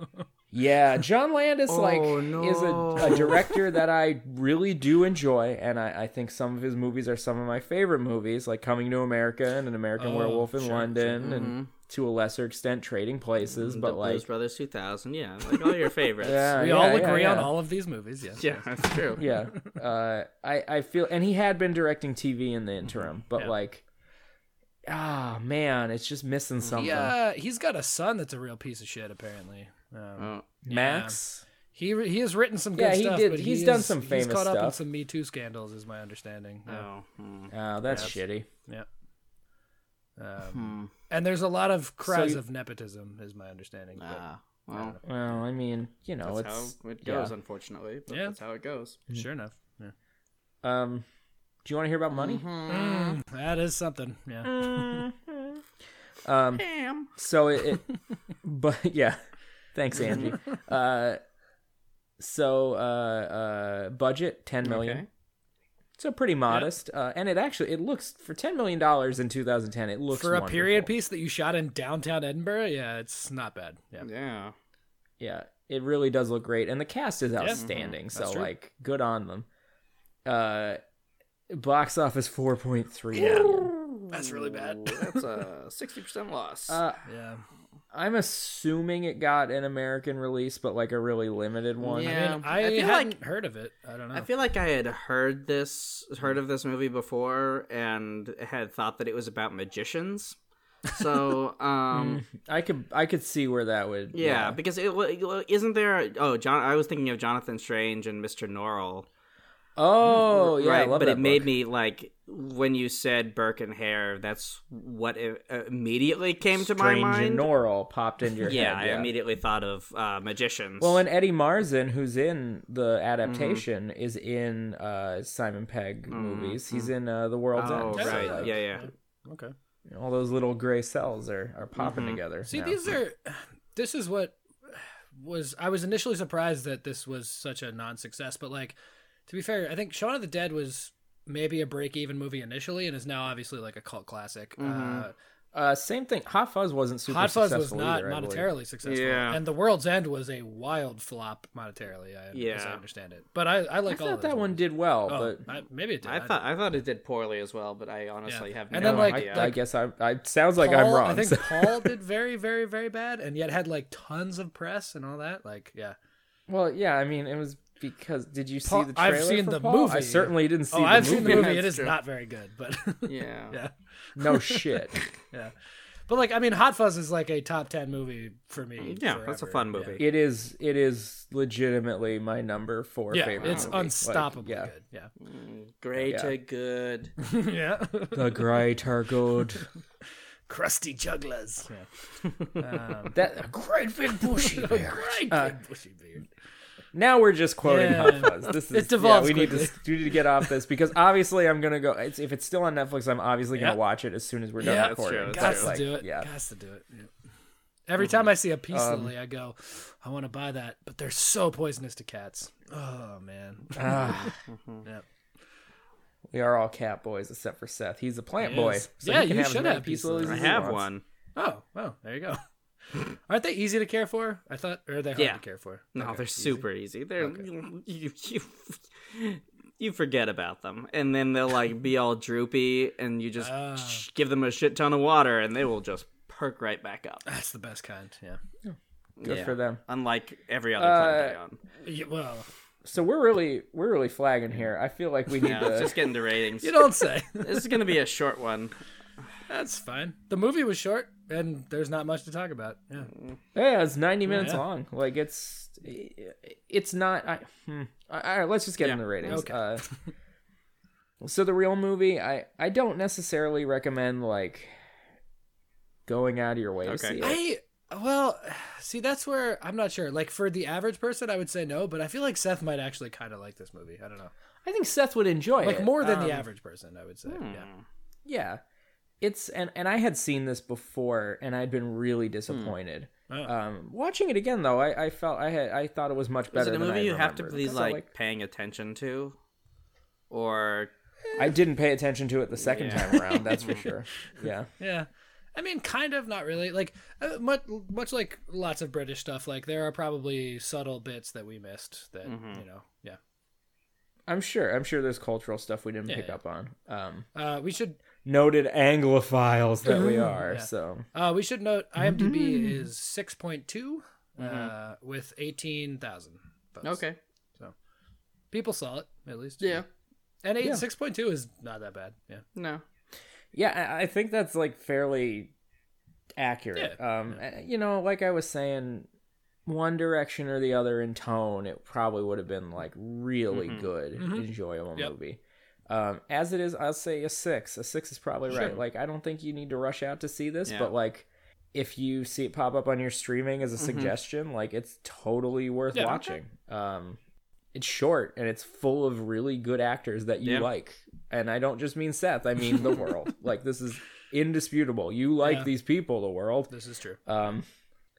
Speaker 3: yeah, John Landis
Speaker 4: Oh,
Speaker 3: like is a, a director that I really do enjoy, and I, I think some of his movies are some of my favorite movies, like Coming to America and An American
Speaker 5: Oh,
Speaker 3: Werewolf in
Speaker 5: sure, Mm-hmm. sure.
Speaker 3: London, and to a lesser extent Trading Places.
Speaker 4: Mm-hmm. The
Speaker 3: But
Speaker 4: Blues
Speaker 3: like,
Speaker 4: Brothers 2000. Yeah, like all your favorites.
Speaker 3: yeah,
Speaker 5: we
Speaker 3: yeah,
Speaker 5: all
Speaker 3: yeah,
Speaker 5: agree on
Speaker 3: yeah.
Speaker 5: all of these movies. Yes.
Speaker 4: Yeah, that's true.
Speaker 3: yeah uh i i feel and he had been directing tv in the
Speaker 4: Mm-hmm.
Speaker 3: interim but
Speaker 5: Yeah.
Speaker 3: like ah man it's just missing something
Speaker 5: He, uh, he's got a son that's a real piece of shit. Apparently, um,
Speaker 4: Oh,
Speaker 3: max
Speaker 5: he he has written some good
Speaker 3: Yeah, he
Speaker 5: stuff.
Speaker 3: did.
Speaker 5: But
Speaker 3: He's
Speaker 5: he
Speaker 3: done
Speaker 5: is-
Speaker 3: some
Speaker 5: He's
Speaker 3: famous
Speaker 5: caught up in
Speaker 3: stuff.
Speaker 5: some Me Too scandals, is my understanding. Yeah.
Speaker 4: oh, hmm.
Speaker 3: oh that's shitty
Speaker 4: Hmm.
Speaker 5: Um, and there's a lot of cries
Speaker 3: you-
Speaker 5: of nepotism, is my understanding. but-
Speaker 4: Ah, well,
Speaker 3: well i mean you know
Speaker 4: that's
Speaker 3: it's
Speaker 4: how it goes,
Speaker 3: yeah.
Speaker 4: unfortunately. But
Speaker 5: Yeah.
Speaker 4: that's how it goes.
Speaker 5: Sure enough, yeah.
Speaker 3: um do you want to hear about money
Speaker 5: Mm, that is something. Yeah.
Speaker 3: Um, so it, it but yeah thanks angie uh so uh uh budget 10 million
Speaker 4: Okay.
Speaker 3: so pretty modest uh and it actually it looks for 10 million dollars in 2010 it looks
Speaker 5: For a period
Speaker 3: wonderful.
Speaker 5: piece that you shot in downtown Edinburgh, yeah, it's not bad. Yeah.
Speaker 4: Yeah.
Speaker 3: yeah it really does look great and the cast is outstanding so
Speaker 5: Mm-hmm. That's true.
Speaker 3: like good on them uh box office 4.3
Speaker 5: Yeah.
Speaker 3: million.
Speaker 5: That's really bad.
Speaker 4: That's a 60% loss.
Speaker 3: uh
Speaker 5: yeah.
Speaker 3: I'm assuming it got an American release, but like a really limited one.
Speaker 4: Yeah.
Speaker 5: I mean, I,
Speaker 4: I feel
Speaker 5: hadn't
Speaker 4: like-
Speaker 5: heard of it. I don't know.
Speaker 4: I feel like I had heard this, heard of this movie before, and had thought that it was about magicians. So, um,
Speaker 3: Mm, I could I could see where that would.
Speaker 4: yeah, because it wa- isn't there. Oh, John, I was thinking of Jonathan Strange and Mr. Norrell.
Speaker 3: Oh yeah, I
Speaker 4: right,
Speaker 3: love
Speaker 4: but
Speaker 3: that
Speaker 4: it made
Speaker 3: book.
Speaker 4: me like when you said Burke and Hare. That's what it, uh, immediately came to my
Speaker 3: Strange
Speaker 4: mind.
Speaker 3: and Norrell popped into your
Speaker 4: yeah,
Speaker 3: head.
Speaker 4: I immediately thought of uh, magicians.
Speaker 3: Well, and Eddie Marzen, who's in
Speaker 4: Mm-hmm.
Speaker 3: the adaptation, is in uh, Simon Pegg movies. He's in uh, The World's
Speaker 4: Mm-hmm. oh,
Speaker 3: End. so,
Speaker 4: right,
Speaker 3: like,
Speaker 4: yeah, yeah.
Speaker 5: okay.
Speaker 3: All those little gray cells are, are popping
Speaker 4: Mm-hmm.
Speaker 3: together.
Speaker 5: See,
Speaker 3: now.
Speaker 5: these are. This is what was. I was initially surprised that this was such a non-success, but like, to be fair, I think Shaun of the Dead was maybe a break-even movie initially, and is now obviously like a cult classic. Uh,
Speaker 3: uh, same thing. Hot Fuzz wasn't super
Speaker 5: Hot Fuzz was
Speaker 3: successful
Speaker 5: not
Speaker 3: either, I believe.
Speaker 5: monetarily successful,
Speaker 4: Yeah.
Speaker 5: and The World's End was a wild flop monetarily. I, as I
Speaker 4: Yeah.
Speaker 5: understand it, but I, I
Speaker 3: I
Speaker 5: like all
Speaker 3: thought
Speaker 5: of
Speaker 3: that
Speaker 5: those
Speaker 3: one
Speaker 5: movies.
Speaker 3: did well,
Speaker 5: Oh,
Speaker 3: but
Speaker 5: I- maybe it did.
Speaker 4: I thought I thought it did poorly as well, but I honestly have no
Speaker 5: And then, like-
Speaker 4: idea.
Speaker 3: I
Speaker 5: like-
Speaker 3: guess I, I sounds like I'm
Speaker 5: Paul-
Speaker 3: wrong.
Speaker 5: I think
Speaker 3: so-
Speaker 5: Paul did very, very, very bad, and yet had like tons of press and all that. Like, yeah.
Speaker 3: well, yeah, I mean, it was because did you see
Speaker 5: Paul-
Speaker 3: the
Speaker 5: I've
Speaker 3: trailer?
Speaker 5: seen
Speaker 3: for
Speaker 5: the
Speaker 3: Paul? I
Speaker 5: movie.
Speaker 3: certainly didn't see.
Speaker 5: Oh,
Speaker 3: the
Speaker 5: I've
Speaker 3: movie.
Speaker 5: seen the movie. It
Speaker 4: That's
Speaker 5: is
Speaker 4: true.
Speaker 5: not very good, but
Speaker 4: yeah.
Speaker 5: yeah,
Speaker 3: No shit.
Speaker 5: yeah. But like, I mean, Hot Fuzz is like a top ten movie for me.
Speaker 4: Yeah, that's a
Speaker 5: forever.
Speaker 4: fun
Speaker 5: Yeah.
Speaker 4: movie.
Speaker 3: It is. It is legitimately my number four
Speaker 5: Yeah,
Speaker 3: favorite.
Speaker 5: it's
Speaker 3: movie. Like,
Speaker 5: unstoppably
Speaker 3: yeah.
Speaker 5: good.
Speaker 4: Great
Speaker 3: Yeah.
Speaker 4: to good.
Speaker 5: Yeah, yeah.
Speaker 3: The great are good.
Speaker 5: Crusty jugglers.
Speaker 3: That great big bushy bear.
Speaker 5: Right,
Speaker 4: Uh,
Speaker 5: big bushy beard.
Speaker 3: Now we're just quoting
Speaker 5: Yeah.
Speaker 3: Hot Fuzz. This is
Speaker 5: It devolves
Speaker 3: yeah, we need to
Speaker 5: quickly.
Speaker 3: we need to get off this because obviously I'm gonna go. It's, if it's still on Netflix, I'm obviously gonna
Speaker 5: Yeah.
Speaker 3: watch it as soon as we're done
Speaker 5: Yeah, that's
Speaker 3: recording.
Speaker 4: true, Mm-hmm. that's
Speaker 3: But,
Speaker 5: Gots
Speaker 3: like,
Speaker 5: to do it.
Speaker 3: Yeah,
Speaker 5: Gots to do it. Yeah. Every time I see a piece
Speaker 4: Um,
Speaker 5: of Lily, I go, I want to buy that, but they're so poisonous to cats. Oh man. Yep.
Speaker 3: we are all cat boys except for Seth. He's a plant
Speaker 5: He
Speaker 3: boy.
Speaker 5: is.
Speaker 3: so
Speaker 5: Yeah,
Speaker 3: he can
Speaker 5: you
Speaker 3: have as
Speaker 5: should
Speaker 3: many
Speaker 5: have
Speaker 3: pieces
Speaker 5: pieces of
Speaker 3: as
Speaker 5: that.
Speaker 4: I
Speaker 3: he
Speaker 4: have
Speaker 3: wants.
Speaker 4: one.
Speaker 5: Oh, well, there you go. Aren't they easy to care for? I thought, or are they hard
Speaker 4: Yeah.
Speaker 5: to care for?
Speaker 4: No,
Speaker 5: Okay.
Speaker 4: they're super easy. They're you, you you forget about them, and then they'll like be all droopy, and you just
Speaker 5: Ah.
Speaker 4: sh- give them a shit ton of water, and they will just perk right back up.
Speaker 5: That's the best kind. Yeah.
Speaker 3: Good
Speaker 4: Yeah.
Speaker 3: for them.
Speaker 4: Unlike every other plant
Speaker 3: Uh,
Speaker 4: I own.
Speaker 5: Yeah, well,
Speaker 3: So we're really we're really flagging here. I feel like we need
Speaker 4: Yeah,
Speaker 3: to.
Speaker 4: let's just get into ratings.
Speaker 5: you don't say.
Speaker 4: this is gonna be a short one.
Speaker 5: That's fine. The movie was short, and there's not much to talk about. Yeah.
Speaker 3: Yeah, it's 90 minutes
Speaker 5: yeah.
Speaker 3: long. Like it's it's not I hmm. All right, let's just get into ratings.
Speaker 5: okay.
Speaker 3: Uh So the real movie, I I don't necessarily recommend like going out of your way to
Speaker 4: Okay.
Speaker 3: see it.
Speaker 5: I well, see, that's where I'm not sure. Like for the average person, I would say no, but I feel like Seth might actually kind of like this movie. I don't know.
Speaker 3: I think Seth would enjoy
Speaker 5: Like
Speaker 3: it.
Speaker 5: more than
Speaker 3: Um,
Speaker 5: the average person, I would say. Yeah.
Speaker 4: Hmm.
Speaker 3: Yeah. It's and and I had seen this before and I'd been really disappointed.
Speaker 5: Oh.
Speaker 4: Hmm.
Speaker 3: Um, watching it again though, I, I felt I had I thought it was much better.
Speaker 4: Is it a
Speaker 3: than
Speaker 4: movie
Speaker 3: I
Speaker 4: you have to
Speaker 3: remembered,
Speaker 4: be
Speaker 3: because I,
Speaker 4: like, paying attention to, or
Speaker 3: I didn't pay attention to it the second time around. That's for sure. Yeah.
Speaker 5: Yeah. I mean, kind of, not really. Like, uh, much, much like lots of British stuff, like, there are probably subtle bits that we missed that, you know, yeah.
Speaker 3: I'm sure. I'm sure there's cultural stuff we didn't
Speaker 5: Yeah,
Speaker 3: pick
Speaker 5: yeah.
Speaker 3: up on. Um,
Speaker 5: Uh, we should
Speaker 3: noted Anglophiles that we are.
Speaker 5: Mm-hmm. Yeah.
Speaker 3: So
Speaker 5: uh, we should note IMDb
Speaker 3: Mm-hmm.
Speaker 5: is 6.2 uh,
Speaker 4: Mm-hmm.
Speaker 5: with 18,000 votes. People saw it, at least.
Speaker 4: yeah,
Speaker 5: And eight,
Speaker 3: Yeah.
Speaker 5: 6.2 is not that bad. Yeah.
Speaker 4: no,
Speaker 3: yeah, I, I think that's like fairly accurate. Um, uh, you know, like I was saying, one direction or the other in tone, it probably would have been like really good, enjoyable
Speaker 5: Mm-hmm. Yep.
Speaker 3: movie. Um, as it is, I'll say a six. A six is probably
Speaker 5: Sure.
Speaker 3: right. Like I don't think you need to rush out to see this,
Speaker 4: Yeah.
Speaker 3: but like. If you see it pop up on your streaming as a suggestion, like it's totally worth
Speaker 5: Mm-hmm. Yeah, okay.
Speaker 3: watching. Um, it's short and it's full of really good actors that you
Speaker 4: Yeah.
Speaker 3: like. And I don't just mean Seth, I mean the world. Like this is indisputable. You like
Speaker 5: Yeah.
Speaker 3: these people, the world.
Speaker 5: This is true.
Speaker 3: Um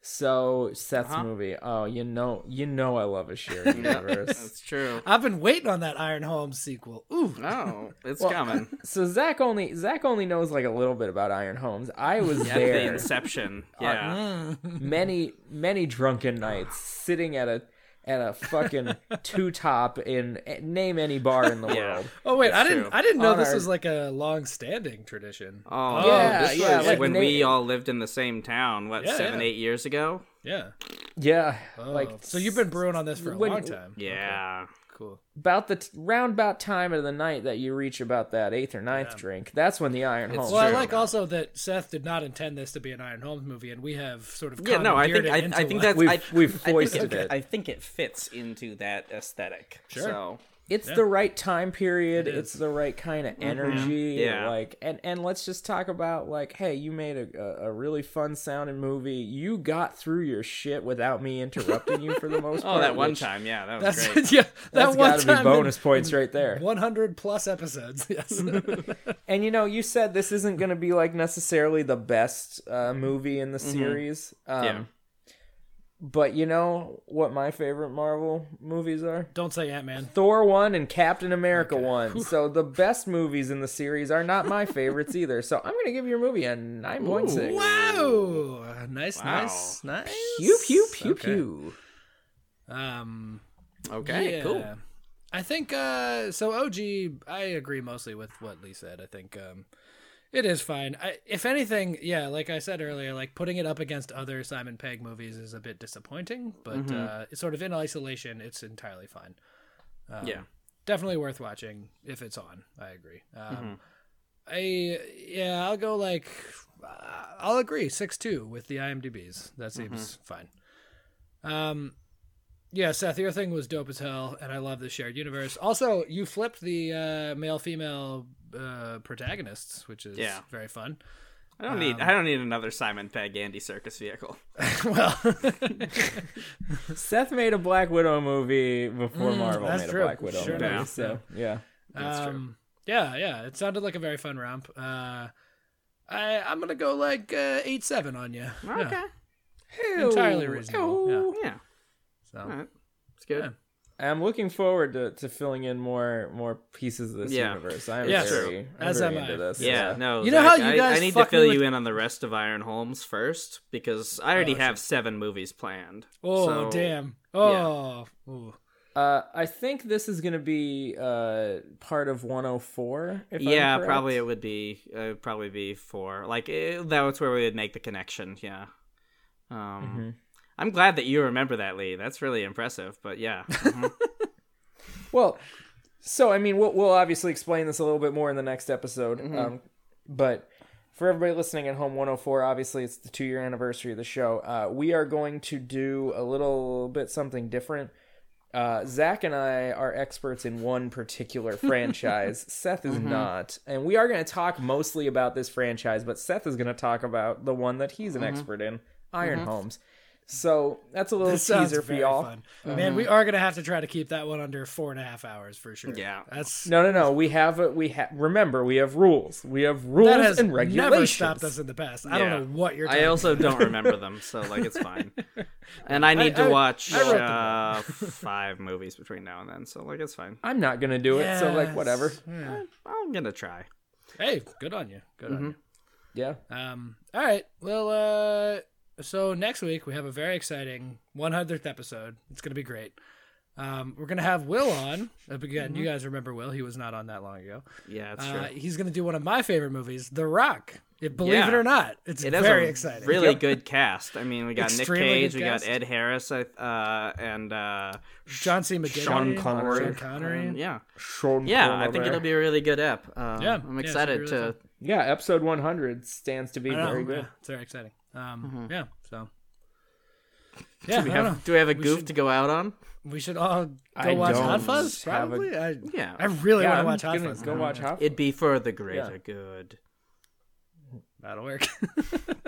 Speaker 3: so Seth's
Speaker 4: Uh-huh.
Speaker 3: movie. Oh, you know you know I love a shared universe.
Speaker 4: that's true.
Speaker 5: I've been waiting on that Iron Holmes sequel. Ooh.
Speaker 4: No, it's coming.
Speaker 3: so Zach only Zach only knows like a little bit about Iron Homes. I was
Speaker 4: At the
Speaker 3: there
Speaker 5: Mm.
Speaker 4: inception. Yeah.
Speaker 3: many, many drunken nights sitting at a and a fucking two top in name any bar in the
Speaker 4: Yeah.
Speaker 3: world.
Speaker 5: Oh wait,
Speaker 4: That's
Speaker 5: I didn't
Speaker 4: true.
Speaker 5: I didn't know
Speaker 3: On
Speaker 5: this
Speaker 3: our-
Speaker 5: was like a long-standing tradition.
Speaker 4: Oh,
Speaker 3: Yeah,
Speaker 4: this
Speaker 3: yeah,
Speaker 4: was
Speaker 3: like
Speaker 4: when
Speaker 3: na-
Speaker 4: we all lived in the same town, what,
Speaker 5: Yeah,
Speaker 4: seven,
Speaker 5: yeah.
Speaker 4: eight years ago?
Speaker 5: yeah.
Speaker 3: Yeah,
Speaker 5: Oh,
Speaker 3: like
Speaker 5: so you've been brewing on this for a
Speaker 3: when-
Speaker 5: long time.
Speaker 4: Yeah.
Speaker 5: Cool.
Speaker 3: about the t- roundabout time of the night that you reach about that eighth or ninth drink. That's when the Iron
Speaker 4: It's
Speaker 3: Home.
Speaker 5: Well, I
Speaker 4: Sure.
Speaker 5: like also that Seth did not intend this to be an Iron Holmes movie, and we have sort of
Speaker 4: Yeah, no, I think I,
Speaker 5: commandeered it
Speaker 4: I
Speaker 5: into
Speaker 4: think
Speaker 5: one.
Speaker 4: that's
Speaker 3: We've-
Speaker 4: I,
Speaker 3: we've
Speaker 4: I think
Speaker 3: foisted it.
Speaker 4: I think it fits into that aesthetic.
Speaker 5: Sure.
Speaker 4: So
Speaker 3: it's
Speaker 5: Yeah.
Speaker 3: the right time period.
Speaker 5: It is. Mm-hmm.
Speaker 3: it's the right kind of energy.
Speaker 4: Yeah.
Speaker 3: Like and and let's just talk about like, hey, you made a a, a really fun sounding movie. You got through your shit without me interrupting you for the most part.
Speaker 4: Oh, that one
Speaker 3: which-
Speaker 4: time, yeah, that was great.
Speaker 5: that's yeah, that
Speaker 3: That's
Speaker 5: one
Speaker 3: got to
Speaker 5: time
Speaker 3: be
Speaker 5: in
Speaker 3: bonus points right there.
Speaker 5: 100 plus episodes. Yes.
Speaker 3: And you know, you said this isn't going to be like necessarily the best uh, movie in the series. Um,
Speaker 4: Yeah.
Speaker 3: But you know what my favorite Marvel movies are?
Speaker 5: Don't say Ant Man.
Speaker 3: Thor 1 and Captain America 1. So the best movies in the series are not my favorites either. So I'm going to give your movie a 9.6.
Speaker 5: Wow. Nice, nice, nice.
Speaker 3: Pew, pew, pew,
Speaker 5: Okay.
Speaker 3: pew.
Speaker 5: Um,
Speaker 4: Okay,
Speaker 5: yeah.
Speaker 4: cool.
Speaker 5: I think uh, so. OG, I agree mostly with what Lee said. I think um, it is fine. I, if anything, yeah, like I said earlier, like putting it up against other Simon Pegg movies is a bit disappointing, but uh,
Speaker 3: Mm-hmm.
Speaker 5: it's sort of in isolation, it's entirely fine. Um,
Speaker 4: Yeah.
Speaker 5: definitely worth watching if it's on. I agree.
Speaker 4: Mm-hmm.
Speaker 5: Um, I yeah, I'll go like uh, I'll agree six two with the IMDb's. That
Speaker 4: Mm-hmm.
Speaker 5: seems fine. Um, yeah, Seth, your thing was dope as hell, and I love the shared universe. Also, you flipped the uh, male female uh, protagonists, which is
Speaker 4: Yeah.
Speaker 5: very fun.
Speaker 4: I
Speaker 5: Um,
Speaker 4: don't need I don't need another Simon Pegg Andy Circus vehicle.
Speaker 5: well,
Speaker 3: Seth made a Black Widow movie before Marvel
Speaker 5: that's
Speaker 3: made
Speaker 5: true.
Speaker 3: a Black Widow
Speaker 5: Sure
Speaker 3: movie.
Speaker 4: enough.
Speaker 3: So, yeah.
Speaker 4: That's true.
Speaker 5: um, yeah, yeah, it sounded like a very fun romp. Uh, I I'm gonna go like uh, eight seven on you.
Speaker 4: Okay,
Speaker 5: entirely reasonable. Yeah.
Speaker 4: yeah,
Speaker 5: So.
Speaker 4: all right, it's good.
Speaker 5: Yeah.
Speaker 3: I'm looking forward to, to filling in more more pieces of this
Speaker 4: Yeah.
Speaker 3: universe. I'm
Speaker 5: Yes.
Speaker 3: very, I'm
Speaker 5: As
Speaker 3: very
Speaker 5: am
Speaker 3: into
Speaker 5: I.
Speaker 3: this.
Speaker 4: Yeah, no.
Speaker 5: You know how
Speaker 4: Zach,
Speaker 5: you
Speaker 4: I- I,
Speaker 5: guys
Speaker 4: need to
Speaker 5: fuck me
Speaker 4: fill
Speaker 5: with-
Speaker 4: you in on the rest of Iron Holmes first because I already have seven movies planned.
Speaker 5: Oh
Speaker 4: so-
Speaker 5: damn! Oh, ooh.
Speaker 3: Uh, I think this is going to be uh, part of 104. If I'm
Speaker 4: yeah,
Speaker 3: correct.
Speaker 4: probably it would be uh, it'd probably be four. Like it, that was where we would make the connection. Yeah. Um,
Speaker 3: Mm-hmm.
Speaker 5: Mm-hmm.
Speaker 4: I'm glad that you remember that, Lee. That's really impressive. But yeah, mhm.
Speaker 3: Well, so I mean, we'll we'll obviously explain this a little bit more in the next episode.
Speaker 5: Mm-hmm.
Speaker 3: Um, but for everybody listening at home, 104. Obviously, it's the two year anniversary of the show. Uh, we are going to do a little bit something different. Uh, Zach and I are experts in one particular franchise. Seth is
Speaker 5: Mm-hmm.
Speaker 3: not, and we are going to talk mostly about this franchise. But Seth is going to talk about the one that he's an
Speaker 5: Mm-hmm.
Speaker 3: expert in, Iron Homes. So that's a little
Speaker 5: This sounds
Speaker 3: teaser for
Speaker 5: very
Speaker 3: y'all. Mm-hmm.
Speaker 5: fun. Man, we are gonna have to try to keep that one under four and a half hours for sure.
Speaker 4: Yeah.
Speaker 5: that's
Speaker 3: No, no, no. We have a, we have remember we have rules. We have rules
Speaker 5: that has
Speaker 3: and
Speaker 5: never
Speaker 3: regulations.
Speaker 5: stopped us in the past.
Speaker 4: Yeah.
Speaker 5: I don't know what you're.
Speaker 4: I
Speaker 5: Talking
Speaker 4: also don't remember them, so like it's fine. And I need to
Speaker 5: I- I-
Speaker 4: watch
Speaker 5: I wrote them
Speaker 4: uh, five movies between now and then, so like it's fine.
Speaker 3: I'm not gonna do it. So like
Speaker 5: Yes. Hmm.
Speaker 3: whatever.
Speaker 4: I'm gonna try.
Speaker 5: Hey, good on you. Good
Speaker 3: Mm-hmm.
Speaker 5: on
Speaker 3: Yeah.
Speaker 5: you. Um, all right. Well, uh, so next week we have a very exciting 100th episode. It's gonna be great. Um, we're gonna have Will on Uh, again.
Speaker 3: Mm-hmm.
Speaker 5: You guys remember Will? He was not on that long ago.
Speaker 4: Yeah, it's true.
Speaker 5: Uh, he's gonna do one of my favorite movies, The Rock. It, believe
Speaker 4: Yeah.
Speaker 5: it or not, it's
Speaker 4: It has
Speaker 5: very
Speaker 4: a
Speaker 5: exciting.
Speaker 4: Really good cast. I mean, we got
Speaker 5: Extremely
Speaker 4: Nick Cage,
Speaker 5: good
Speaker 4: we got
Speaker 5: cast.
Speaker 4: Ed Harris, I- uh, and uh,
Speaker 5: John C. McGinley,
Speaker 4: Sean Connery.
Speaker 5: Sean Connery.
Speaker 4: Um, yeah,
Speaker 3: Sean
Speaker 4: yeah. I
Speaker 3: Connery.
Speaker 4: think it'll be a really good ep. Uh,
Speaker 5: Yeah,
Speaker 4: I'm
Speaker 5: yeah, it should be
Speaker 4: excited
Speaker 5: really
Speaker 4: to.
Speaker 3: Yeah, episode 100 stands to be
Speaker 5: I know,
Speaker 3: very
Speaker 5: yeah,
Speaker 3: good.
Speaker 5: it's very exciting. Um, Yeah, so. Yeah,
Speaker 4: Mm-hmm. We
Speaker 5: I don't know.
Speaker 4: have, do we have a
Speaker 5: We
Speaker 4: goof
Speaker 5: should-
Speaker 4: to go out on?
Speaker 5: We should all go
Speaker 3: I
Speaker 5: watch Hot
Speaker 3: don't
Speaker 5: Fuzz,
Speaker 3: have a-
Speaker 5: probably. I
Speaker 4: Yeah.
Speaker 5: I really
Speaker 3: Yeah, I'm
Speaker 5: want to watch Hot
Speaker 3: gonna
Speaker 5: Fuzz.
Speaker 3: go
Speaker 5: now.
Speaker 3: watch Hot.
Speaker 4: It'd be for the greater good.
Speaker 5: That'll work.